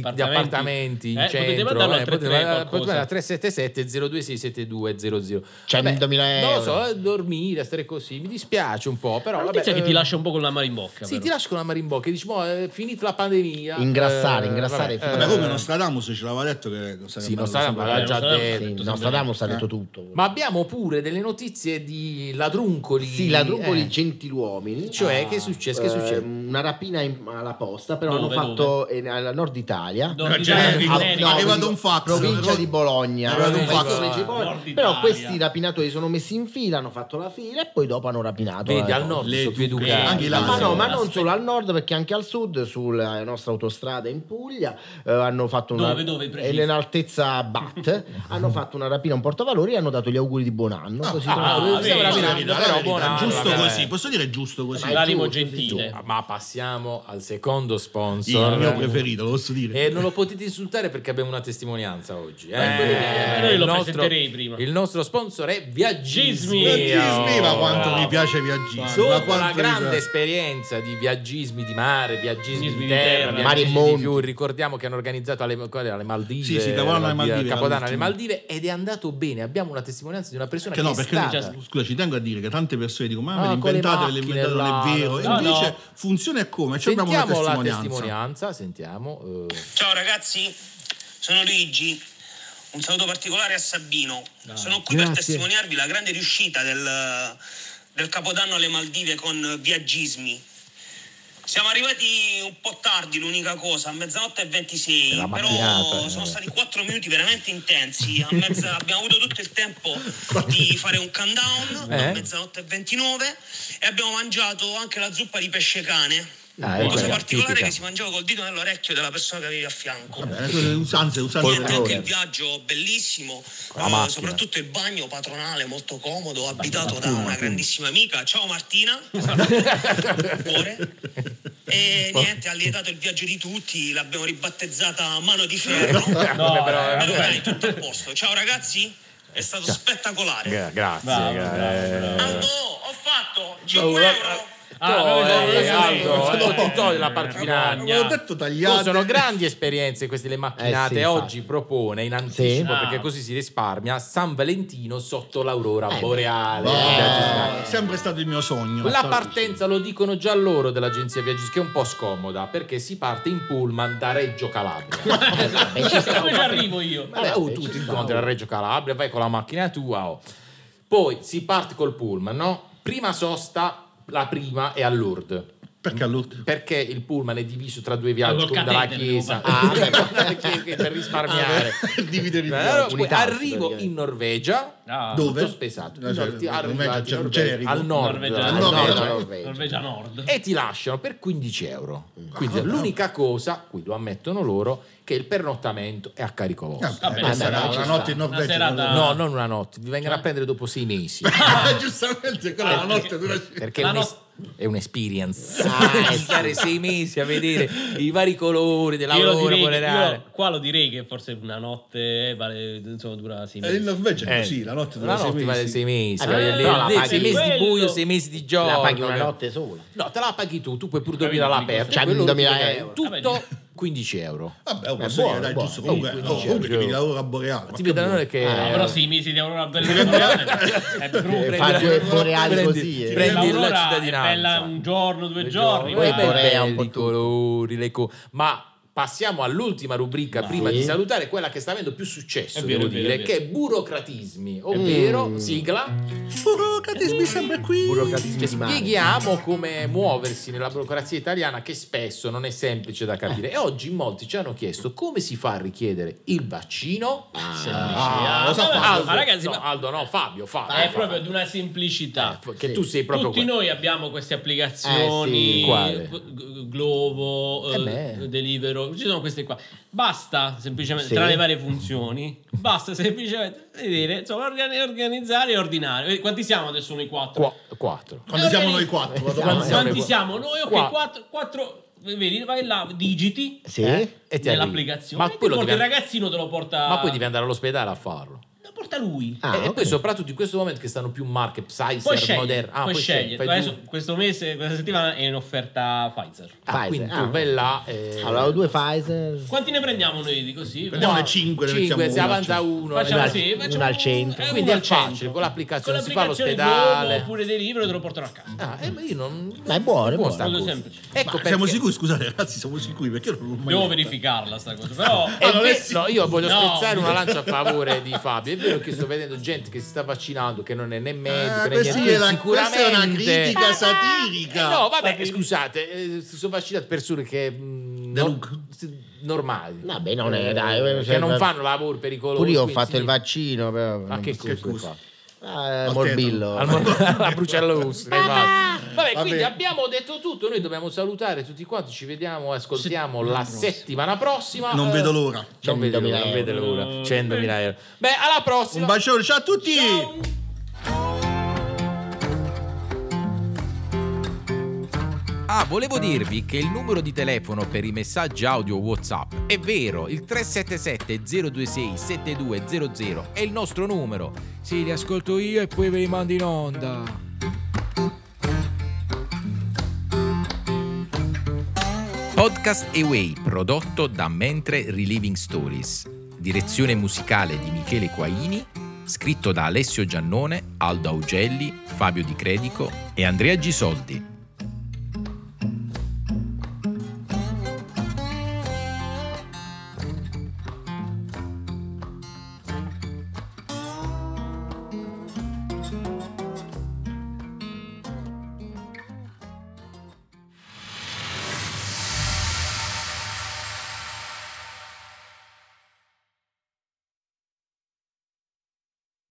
[SPEAKER 1] appartamenti
[SPEAKER 3] appartamenti,
[SPEAKER 1] in
[SPEAKER 3] eh, potete
[SPEAKER 1] centro
[SPEAKER 3] mandarlo
[SPEAKER 1] eh,
[SPEAKER 3] al 33
[SPEAKER 1] mandare-
[SPEAKER 3] qualcosa.
[SPEAKER 1] mandare a 377 0267200
[SPEAKER 5] 100.000
[SPEAKER 1] Vabbè,
[SPEAKER 5] euro.
[SPEAKER 1] non lo so eh, dormire stare così mi dispiace un po' però
[SPEAKER 3] La
[SPEAKER 1] vabbè,
[SPEAKER 3] notizia è che ti
[SPEAKER 1] eh,
[SPEAKER 3] lascia un po' con la mano in bocca.
[SPEAKER 1] sì,
[SPEAKER 3] però.
[SPEAKER 1] ti lascio con la mare in bocca e dici, mo, è finita la pandemia.
[SPEAKER 5] Ingrassare, ingrassare,
[SPEAKER 1] vabbè,
[SPEAKER 4] Vabbè,
[SPEAKER 5] eh,
[SPEAKER 4] come Nostradamus ce l'aveva detto che sarebbe
[SPEAKER 1] Sì,
[SPEAKER 4] bello
[SPEAKER 1] Nostradamus
[SPEAKER 4] sempre-
[SPEAKER 1] l'aveva già
[SPEAKER 3] Nostradamus,
[SPEAKER 1] detto.
[SPEAKER 5] Sì,
[SPEAKER 3] tutto
[SPEAKER 5] Nostradamus ha
[SPEAKER 4] Eh.
[SPEAKER 5] detto tutto.
[SPEAKER 1] Ma abbiamo pure delle notizie di ladruncoli.
[SPEAKER 5] Sì, ladruncoli
[SPEAKER 1] eh.
[SPEAKER 5] gentiluomini.
[SPEAKER 1] Cioè, che succede? Che
[SPEAKER 5] Eh,
[SPEAKER 1] succede?
[SPEAKER 5] Una rapina in- alla posta, però
[SPEAKER 3] Dove,
[SPEAKER 5] hanno fatto eh, al nord Italia.
[SPEAKER 3] No,
[SPEAKER 4] Era
[SPEAKER 3] di-
[SPEAKER 4] generico.
[SPEAKER 3] no,
[SPEAKER 5] Ah,
[SPEAKER 4] generico. Arriva da un fax.
[SPEAKER 5] Provincia
[SPEAKER 4] Però-
[SPEAKER 5] di Bologna.
[SPEAKER 4] Arriva da un
[SPEAKER 5] Eh,
[SPEAKER 4] fax.
[SPEAKER 5] provincia di Bologna.
[SPEAKER 3] Nord Italia.
[SPEAKER 5] Però questi rapinatori sono messi in fila, hanno fatto la fila e poi dopo hanno rapinato.
[SPEAKER 1] Vedi,
[SPEAKER 5] la-
[SPEAKER 1] al nord
[SPEAKER 4] Le
[SPEAKER 1] sono più
[SPEAKER 4] eduche-
[SPEAKER 1] educati.
[SPEAKER 4] anche i
[SPEAKER 5] Ma
[SPEAKER 4] Lazio.
[SPEAKER 5] no, ma
[SPEAKER 3] Aspetta.
[SPEAKER 5] non solo al nord, perché anche al sud, sulla nostra autostrada in Puglia, eh, hanno fatto una
[SPEAKER 3] Dove, dove, preciso?
[SPEAKER 5] e nell'altezza Bat, hanno fatto una rapina a un portavalori e hanno dato gli auguri di buon anno.
[SPEAKER 4] Ah,
[SPEAKER 5] così
[SPEAKER 4] ah,
[SPEAKER 5] tra-
[SPEAKER 1] ah,
[SPEAKER 4] Sì,
[SPEAKER 1] Stiamo
[SPEAKER 4] la
[SPEAKER 1] rapinando,
[SPEAKER 4] verità, la
[SPEAKER 1] però,
[SPEAKER 4] verità.
[SPEAKER 1] buona- eh.
[SPEAKER 4] giusto
[SPEAKER 1] vabbè.
[SPEAKER 4] così, posso dire giusto così.
[SPEAKER 5] Ma-
[SPEAKER 3] l'animo
[SPEAKER 5] giusto,
[SPEAKER 3] gentile.
[SPEAKER 1] Ma passiamo al secondo sponsor.
[SPEAKER 4] Il mio preferito, lo posso dire.
[SPEAKER 1] E non lo potete insultare perché abbiamo una testimonianza oggi. eh.
[SPEAKER 3] Eh, noi lo
[SPEAKER 1] il
[SPEAKER 3] presenterei prima.
[SPEAKER 1] Il nostro sponsor è Viaggismi.
[SPEAKER 4] Viaggismi, ma
[SPEAKER 1] Oh,
[SPEAKER 4] quanto
[SPEAKER 1] bravo.
[SPEAKER 4] mi piace viaggismi.
[SPEAKER 1] Dopo
[SPEAKER 4] Ma
[SPEAKER 1] la
[SPEAKER 4] quanto mi
[SPEAKER 1] grande
[SPEAKER 4] piace.
[SPEAKER 1] esperienza di viaggismi di mare, viaggismi
[SPEAKER 3] Viaggismi
[SPEAKER 1] di
[SPEAKER 3] di
[SPEAKER 1] terra,
[SPEAKER 3] terra,
[SPEAKER 5] mari e
[SPEAKER 1] viaggismi di
[SPEAKER 5] monti.
[SPEAKER 1] fiori, ricordiamo che hanno organizzato alle, qual era, alle Maldive,
[SPEAKER 4] Sì, sì, Capodanno alle
[SPEAKER 1] la-
[SPEAKER 4] Maldive,
[SPEAKER 1] Capodanno alle
[SPEAKER 4] l'ultimo.
[SPEAKER 1] Maldive ed è andato bene. Abbiamo una testimonianza di una persona
[SPEAKER 4] Che
[SPEAKER 1] che,
[SPEAKER 4] no,
[SPEAKER 1] è
[SPEAKER 4] perché
[SPEAKER 1] stata.
[SPEAKER 4] scusa, ci tengo a dire che tante persone dicono: Ma
[SPEAKER 1] Ah,
[SPEAKER 4] ve le
[SPEAKER 1] con le
[SPEAKER 4] inventate, ve le
[SPEAKER 1] macchine
[SPEAKER 4] inventate, non
[SPEAKER 1] là,
[SPEAKER 4] è vero. E
[SPEAKER 1] no,
[SPEAKER 4] invece
[SPEAKER 3] no.
[SPEAKER 4] funziona e come? C'è proprio una
[SPEAKER 1] Sentiamo la
[SPEAKER 4] testimonianza.
[SPEAKER 1] testimonianza, sentiamo. eh.
[SPEAKER 8] Ciao ragazzi, sono Luigi. Un saluto particolare a Sabino. sono qui per
[SPEAKER 1] Ah, Grazie.
[SPEAKER 8] testimoniarvi la grande riuscita del, del Capodanno alle Maldive con Viaggismi. Siamo arrivati un po' tardi, l'unica cosa, a mezzanotte e 26,
[SPEAKER 1] Era mattinata,
[SPEAKER 8] però
[SPEAKER 1] eh.
[SPEAKER 8] sono stati quattro minuti veramente intensi. A mezza- abbiamo avuto tutto il tempo di fare un countdown
[SPEAKER 1] Eh?
[SPEAKER 8] a mezzanotte e 29 e abbiamo mangiato anche la zuppa di pesce cane.
[SPEAKER 1] Ah,
[SPEAKER 8] Una
[SPEAKER 1] ecco,
[SPEAKER 8] cosa
[SPEAKER 1] era
[SPEAKER 8] particolare
[SPEAKER 1] tipica.
[SPEAKER 8] che si mangiava col dito nell'orecchio della persona che avevi a fianco.
[SPEAKER 4] Vabbè, cose- Usanze, usanze.
[SPEAKER 8] Niente,
[SPEAKER 4] della
[SPEAKER 8] anche il
[SPEAKER 4] vita.
[SPEAKER 8] viaggio bellissimo,
[SPEAKER 1] Con la
[SPEAKER 8] eh,
[SPEAKER 1] macchina.
[SPEAKER 8] soprattutto il bagno patronale molto comodo, abitato da una grandissima amica. Ciao Martina, cuore. E niente, ha lietato il viaggio di tutti, l'abbiamo ribattezzata Mano di Ferro.
[SPEAKER 3] No,
[SPEAKER 1] però,
[SPEAKER 8] Però
[SPEAKER 1] eh,
[SPEAKER 8] dai, tutto a posto. Ciao ragazzi, è stato spettacolare.
[SPEAKER 1] Gra- grazie.
[SPEAKER 3] Bravo,
[SPEAKER 1] gra-
[SPEAKER 3] bravo, bravo.
[SPEAKER 1] eh.
[SPEAKER 8] Aldo, ho fatto 5 euro.
[SPEAKER 3] Ah,
[SPEAKER 1] No,
[SPEAKER 3] no, no,
[SPEAKER 1] eh,
[SPEAKER 3] no,
[SPEAKER 1] Aldo,
[SPEAKER 3] no,
[SPEAKER 1] eh,
[SPEAKER 3] no,
[SPEAKER 1] non
[SPEAKER 3] no,
[SPEAKER 1] ti togli la
[SPEAKER 3] no,
[SPEAKER 1] parte
[SPEAKER 3] no,
[SPEAKER 1] finale.
[SPEAKER 3] no,
[SPEAKER 4] Avevo detto
[SPEAKER 1] Oh,
[SPEAKER 4] tagliate.
[SPEAKER 1] sono grandi esperienze queste le macchinate.
[SPEAKER 5] Eh sì, infatti.
[SPEAKER 1] Oggi propone in anticipo
[SPEAKER 3] Sì.
[SPEAKER 1] perché così si risparmia San Valentino sotto l'aurora
[SPEAKER 5] Eh,
[SPEAKER 1] boreale.
[SPEAKER 4] Ah,
[SPEAKER 1] Viaggi-
[SPEAKER 4] è sempre stato il mio sogno.
[SPEAKER 1] La partenza lo dicono già loro dell'agenzia Viaggi, che è un po' scomoda perché si parte in pullman da Reggio Calabria.
[SPEAKER 5] Eh, ci sta.
[SPEAKER 3] Come ci arrivo io?
[SPEAKER 1] Vabbè, oh,
[SPEAKER 5] Vabbè,
[SPEAKER 1] tu
[SPEAKER 5] ci
[SPEAKER 1] ti
[SPEAKER 5] sta.
[SPEAKER 1] incontri a Reggio Calabria, vai con la macchina tua. oh. Poi si parte col pullman, no? Prima sosta, la prima è a Lourdes.
[SPEAKER 4] Perché all'ultimo?
[SPEAKER 1] perché il pullman è diviso tra due viaggi
[SPEAKER 3] Col
[SPEAKER 1] come dalla
[SPEAKER 3] catene devo
[SPEAKER 1] chiesa
[SPEAKER 3] fare.
[SPEAKER 1] Ah, beh, perché- che per risparmiare
[SPEAKER 4] Ah, beh, dividere i
[SPEAKER 1] Eh,
[SPEAKER 4] viaggi.
[SPEAKER 1] allora, poi
[SPEAKER 5] Unità,
[SPEAKER 1] arrivo
[SPEAKER 5] praticamente.
[SPEAKER 1] in Norvegia
[SPEAKER 3] Ah,
[SPEAKER 4] Dove?
[SPEAKER 1] tutto spesato
[SPEAKER 4] No,
[SPEAKER 1] In
[SPEAKER 4] cioè,
[SPEAKER 1] Nor- ti-
[SPEAKER 4] in
[SPEAKER 1] arrivati
[SPEAKER 4] Norvegia,
[SPEAKER 1] in
[SPEAKER 4] c'è un
[SPEAKER 1] Norvegia,
[SPEAKER 4] generico.
[SPEAKER 1] al nord, Eh,
[SPEAKER 3] Norvegia,
[SPEAKER 1] al
[SPEAKER 4] Al nord,
[SPEAKER 1] nord, cioè,
[SPEAKER 4] no, no,
[SPEAKER 5] Norvegia.
[SPEAKER 3] Norvegia Nord.
[SPEAKER 1] e ti lasciano per 15 euro quindi
[SPEAKER 4] Ah, vabbè.
[SPEAKER 1] l'unica cosa qui lo ammettono loro che il pernottamento è a carico vostro
[SPEAKER 4] Eh,
[SPEAKER 3] Vabbè,
[SPEAKER 4] eh, sarà
[SPEAKER 5] dai, ci
[SPEAKER 4] una
[SPEAKER 5] sta.
[SPEAKER 4] notte in
[SPEAKER 3] Una
[SPEAKER 4] Norvegia.
[SPEAKER 3] serata-
[SPEAKER 1] no non una notte vi
[SPEAKER 3] Eh.
[SPEAKER 1] vengono a prendere dopo sei mesi
[SPEAKER 4] Ah, Giustamente, quella è la notte dove
[SPEAKER 1] perché è,
[SPEAKER 3] La
[SPEAKER 1] un
[SPEAKER 3] no-
[SPEAKER 1] es- è un'esperience
[SPEAKER 5] Ah,
[SPEAKER 1] stare sei mesi a vedere i vari colori della
[SPEAKER 3] Io lo
[SPEAKER 1] loro
[SPEAKER 3] direi che-
[SPEAKER 1] boreale
[SPEAKER 3] io qua lo direi che forse una notte vale, insomma, dura sei
[SPEAKER 4] Eh, in
[SPEAKER 3] mesi.
[SPEAKER 4] Norvegia è
[SPEAKER 1] Eh,
[SPEAKER 4] così, la notte dove
[SPEAKER 1] la notte vale sei mesi,
[SPEAKER 5] Eh,
[SPEAKER 1] voglio
[SPEAKER 5] però
[SPEAKER 1] dire,
[SPEAKER 5] la
[SPEAKER 1] dei-
[SPEAKER 5] paghi
[SPEAKER 1] sei mesi di
[SPEAKER 3] quello.
[SPEAKER 1] buio, sei mesi di giorno.
[SPEAKER 5] La paghi una notte sola.
[SPEAKER 1] No, te la paghi tu, tu puoi pur dormire all'aperto.
[SPEAKER 5] Cioè,
[SPEAKER 1] quello lo
[SPEAKER 5] 1000
[SPEAKER 1] puoi pagare.
[SPEAKER 5] euro.
[SPEAKER 1] Tutto 15 euro.
[SPEAKER 4] Vabbè, oh,
[SPEAKER 5] Eh,
[SPEAKER 4] posso
[SPEAKER 5] buono,
[SPEAKER 4] dire, dai,
[SPEAKER 5] buono.
[SPEAKER 4] giusto. Comunque,
[SPEAKER 1] Eh,
[SPEAKER 4] oh,
[SPEAKER 1] quindi,
[SPEAKER 4] comunque
[SPEAKER 1] certo.
[SPEAKER 4] ti lavora a Boreale.
[SPEAKER 1] Ti vedono non è che...
[SPEAKER 3] Ah, però sei mesi di aurora bella boreale Eh, è
[SPEAKER 1] Eh,
[SPEAKER 3] brutto.
[SPEAKER 5] Fa
[SPEAKER 1] Prendi-
[SPEAKER 5] due boreali
[SPEAKER 1] prendi-
[SPEAKER 5] così. eh.
[SPEAKER 1] prendi-
[SPEAKER 3] L'aurora
[SPEAKER 1] la
[SPEAKER 3] è
[SPEAKER 1] cittadinanza.
[SPEAKER 3] bella un giorno, due
[SPEAKER 1] Due
[SPEAKER 3] giorni.
[SPEAKER 1] giorni,
[SPEAKER 3] eh,
[SPEAKER 5] poi
[SPEAKER 1] poi
[SPEAKER 3] ma-
[SPEAKER 5] borea un
[SPEAKER 1] belli,
[SPEAKER 5] po'
[SPEAKER 1] i
[SPEAKER 5] tutto.
[SPEAKER 1] colori, le co- Ma Passiamo all'ultima rubrica prima di salutare, quella che sta avendo più successo,
[SPEAKER 3] È vero,
[SPEAKER 1] devo
[SPEAKER 3] è vero,
[SPEAKER 1] dire,
[SPEAKER 3] è vero.
[SPEAKER 1] che è burocratismi, ovvero sigla
[SPEAKER 4] Burocratismi sempre qui.
[SPEAKER 1] Cioè,
[SPEAKER 9] burocratismi di mare.
[SPEAKER 1] spieghiamo come muoversi nella burocrazia italiana che spesso non è semplice da capire. E oggi in molti ci hanno chiesto come si fa a richiedere il vaccino.
[SPEAKER 3] Ah,
[SPEAKER 1] lo so,
[SPEAKER 3] vabbè,
[SPEAKER 1] Aldo,
[SPEAKER 3] ma ragazzi,
[SPEAKER 1] no,
[SPEAKER 3] ma-
[SPEAKER 1] Aldo, no, Fabio, Fabio.
[SPEAKER 3] È
[SPEAKER 1] Fabio.
[SPEAKER 3] proprio di una semplicità.
[SPEAKER 1] Eh, Che tu sei proprio
[SPEAKER 3] Tutti
[SPEAKER 1] quello.
[SPEAKER 3] noi abbiamo queste
[SPEAKER 1] Eh
[SPEAKER 3] applicazioni,
[SPEAKER 1] sì. Quale?
[SPEAKER 3] G- G- Glovo,
[SPEAKER 1] Eh
[SPEAKER 3] eh,
[SPEAKER 1] beh.
[SPEAKER 3] Delivero, ci sono queste qua. Basta semplicemente,
[SPEAKER 9] Sì.
[SPEAKER 3] tra le varie funzioni, basta semplicemente vedere, insomma, organi- organizzare e ordinare. Vedi, Quanti siamo adesso noi quattro?
[SPEAKER 1] Qua- quattro.
[SPEAKER 4] Quando siamo noi quattro, vado
[SPEAKER 1] Siamo-
[SPEAKER 4] quando
[SPEAKER 3] Quanti,
[SPEAKER 4] siamo
[SPEAKER 1] noi
[SPEAKER 3] quanti
[SPEAKER 1] qua-
[SPEAKER 3] siamo noi? Ok,
[SPEAKER 1] Qua-
[SPEAKER 3] quattro, quattro, vedi, vai là, digiti
[SPEAKER 9] Sì?
[SPEAKER 1] Eh? E ti arrivi.
[SPEAKER 3] nell'applicazione,
[SPEAKER 1] Ma
[SPEAKER 3] ti
[SPEAKER 1] poi, lo
[SPEAKER 3] porta
[SPEAKER 1] devi,
[SPEAKER 3] il ragazzino te lo porta...
[SPEAKER 1] ma poi devi andare all'ospedale a farlo.
[SPEAKER 3] Lo porta lui.
[SPEAKER 9] Ah,
[SPEAKER 1] Eh, e, e
[SPEAKER 9] ok.
[SPEAKER 1] poi soprattutto in questo momento che stanno più marche,
[SPEAKER 3] Puoi
[SPEAKER 1] Pfizer,
[SPEAKER 3] scegliere,
[SPEAKER 1] Moderna. Ah,
[SPEAKER 3] puoi scegliere.
[SPEAKER 1] fai
[SPEAKER 3] Adesso,
[SPEAKER 1] tu-
[SPEAKER 3] questo mese, questa settimana è in offerta Pfizer.
[SPEAKER 1] Ah,
[SPEAKER 9] Pfizer,
[SPEAKER 1] quindi
[SPEAKER 9] ah.
[SPEAKER 1] tu vai là. eh,
[SPEAKER 9] Allora, ho due Pfizer.
[SPEAKER 3] Quanti ne prendiamo noi di così?
[SPEAKER 4] Prendiamo le 5, ne
[SPEAKER 1] cinque,
[SPEAKER 4] mettiamo
[SPEAKER 1] se
[SPEAKER 4] una,
[SPEAKER 1] avanza
[SPEAKER 4] cioè.
[SPEAKER 1] uno.
[SPEAKER 3] Facciamo
[SPEAKER 1] eh, cioè,
[SPEAKER 9] al-
[SPEAKER 3] sì, facciamo
[SPEAKER 9] una al centro.
[SPEAKER 3] eh,
[SPEAKER 1] Quindi
[SPEAKER 3] una
[SPEAKER 1] è
[SPEAKER 3] al centro.
[SPEAKER 1] facile, con l'applicazione si fa
[SPEAKER 3] l'applicazione
[SPEAKER 1] all'ospedale.
[SPEAKER 3] Glovo Oppure delivery te lo portano a casa.
[SPEAKER 1] Ah, eh, ma io non.
[SPEAKER 9] Ma è buono, è buono.
[SPEAKER 1] sta
[SPEAKER 3] Molto
[SPEAKER 1] cosa.
[SPEAKER 3] semplice.
[SPEAKER 1] Ecco
[SPEAKER 4] Ma siamo
[SPEAKER 1] perché-
[SPEAKER 4] sicuri, scusate ragazzi, siamo sicuri perché non l'ho mai
[SPEAKER 3] Devo
[SPEAKER 4] detto.
[SPEAKER 3] verificarla sta cosa, però
[SPEAKER 1] È
[SPEAKER 4] Ah, non
[SPEAKER 1] ve-
[SPEAKER 4] è sì-
[SPEAKER 1] no, io voglio
[SPEAKER 3] No.
[SPEAKER 1] spezzare una lancia a favore di Fabio. È vero che sto vedendo gente che si sta vaccinando, che non è né medico
[SPEAKER 4] Ah,
[SPEAKER 1] né niente.
[SPEAKER 4] questa è la- questa è una
[SPEAKER 1] sicuramente-
[SPEAKER 4] critica
[SPEAKER 1] Eh,
[SPEAKER 4] satirica.
[SPEAKER 1] no, vabbè, scusate, eh, si sono vaccinate persone che. mh,
[SPEAKER 4] De
[SPEAKER 1] no-
[SPEAKER 4] Luca.
[SPEAKER 1] si- normali.
[SPEAKER 9] Vabbè, non è- dai,
[SPEAKER 1] Eh,
[SPEAKER 9] cioè,
[SPEAKER 1] che non
[SPEAKER 9] ma-
[SPEAKER 1] fanno lavoro pericoloso.
[SPEAKER 9] Pure io ho
[SPEAKER 1] quindi
[SPEAKER 9] fatto
[SPEAKER 1] si-
[SPEAKER 9] il vaccino, però.
[SPEAKER 1] Ma che
[SPEAKER 4] Che
[SPEAKER 1] cosa? hai
[SPEAKER 4] cosa?
[SPEAKER 1] fatto?
[SPEAKER 9] Ah,
[SPEAKER 4] Al
[SPEAKER 9] morbillo.
[SPEAKER 1] Al mo- a Esatto. Brucello Russo, ne vado. Vabbè,
[SPEAKER 4] Vabbè.
[SPEAKER 1] quindi abbiamo detto tutto. Noi dobbiamo salutare tutti quanti. Ci vediamo, ascoltiamo la settimana prossima.
[SPEAKER 4] Non
[SPEAKER 1] Eh,
[SPEAKER 4] vedo l'ora.
[SPEAKER 1] Non vedo
[SPEAKER 9] 100.000
[SPEAKER 1] l'ora. Non vedo
[SPEAKER 3] euro.
[SPEAKER 1] l'ora. 100.000 euro. Beh, alla
[SPEAKER 4] Un
[SPEAKER 1] prossima.
[SPEAKER 4] bacione, ciao a tutti!
[SPEAKER 10] Ah, volevo dirvi che il numero di telefono per i messaggi audio WhatsApp è vero, il 377-026-7200 è il nostro numero. Sì, li ascolto io e poi ve li mando in onda. Podcast Away prodotto da Mentre Reliving Stories. Direzione musicale di Michele Quaini, scritto da Alessio Giannone, Aldo Augelli, Fabio Di Credico e Andrea Gisoldi.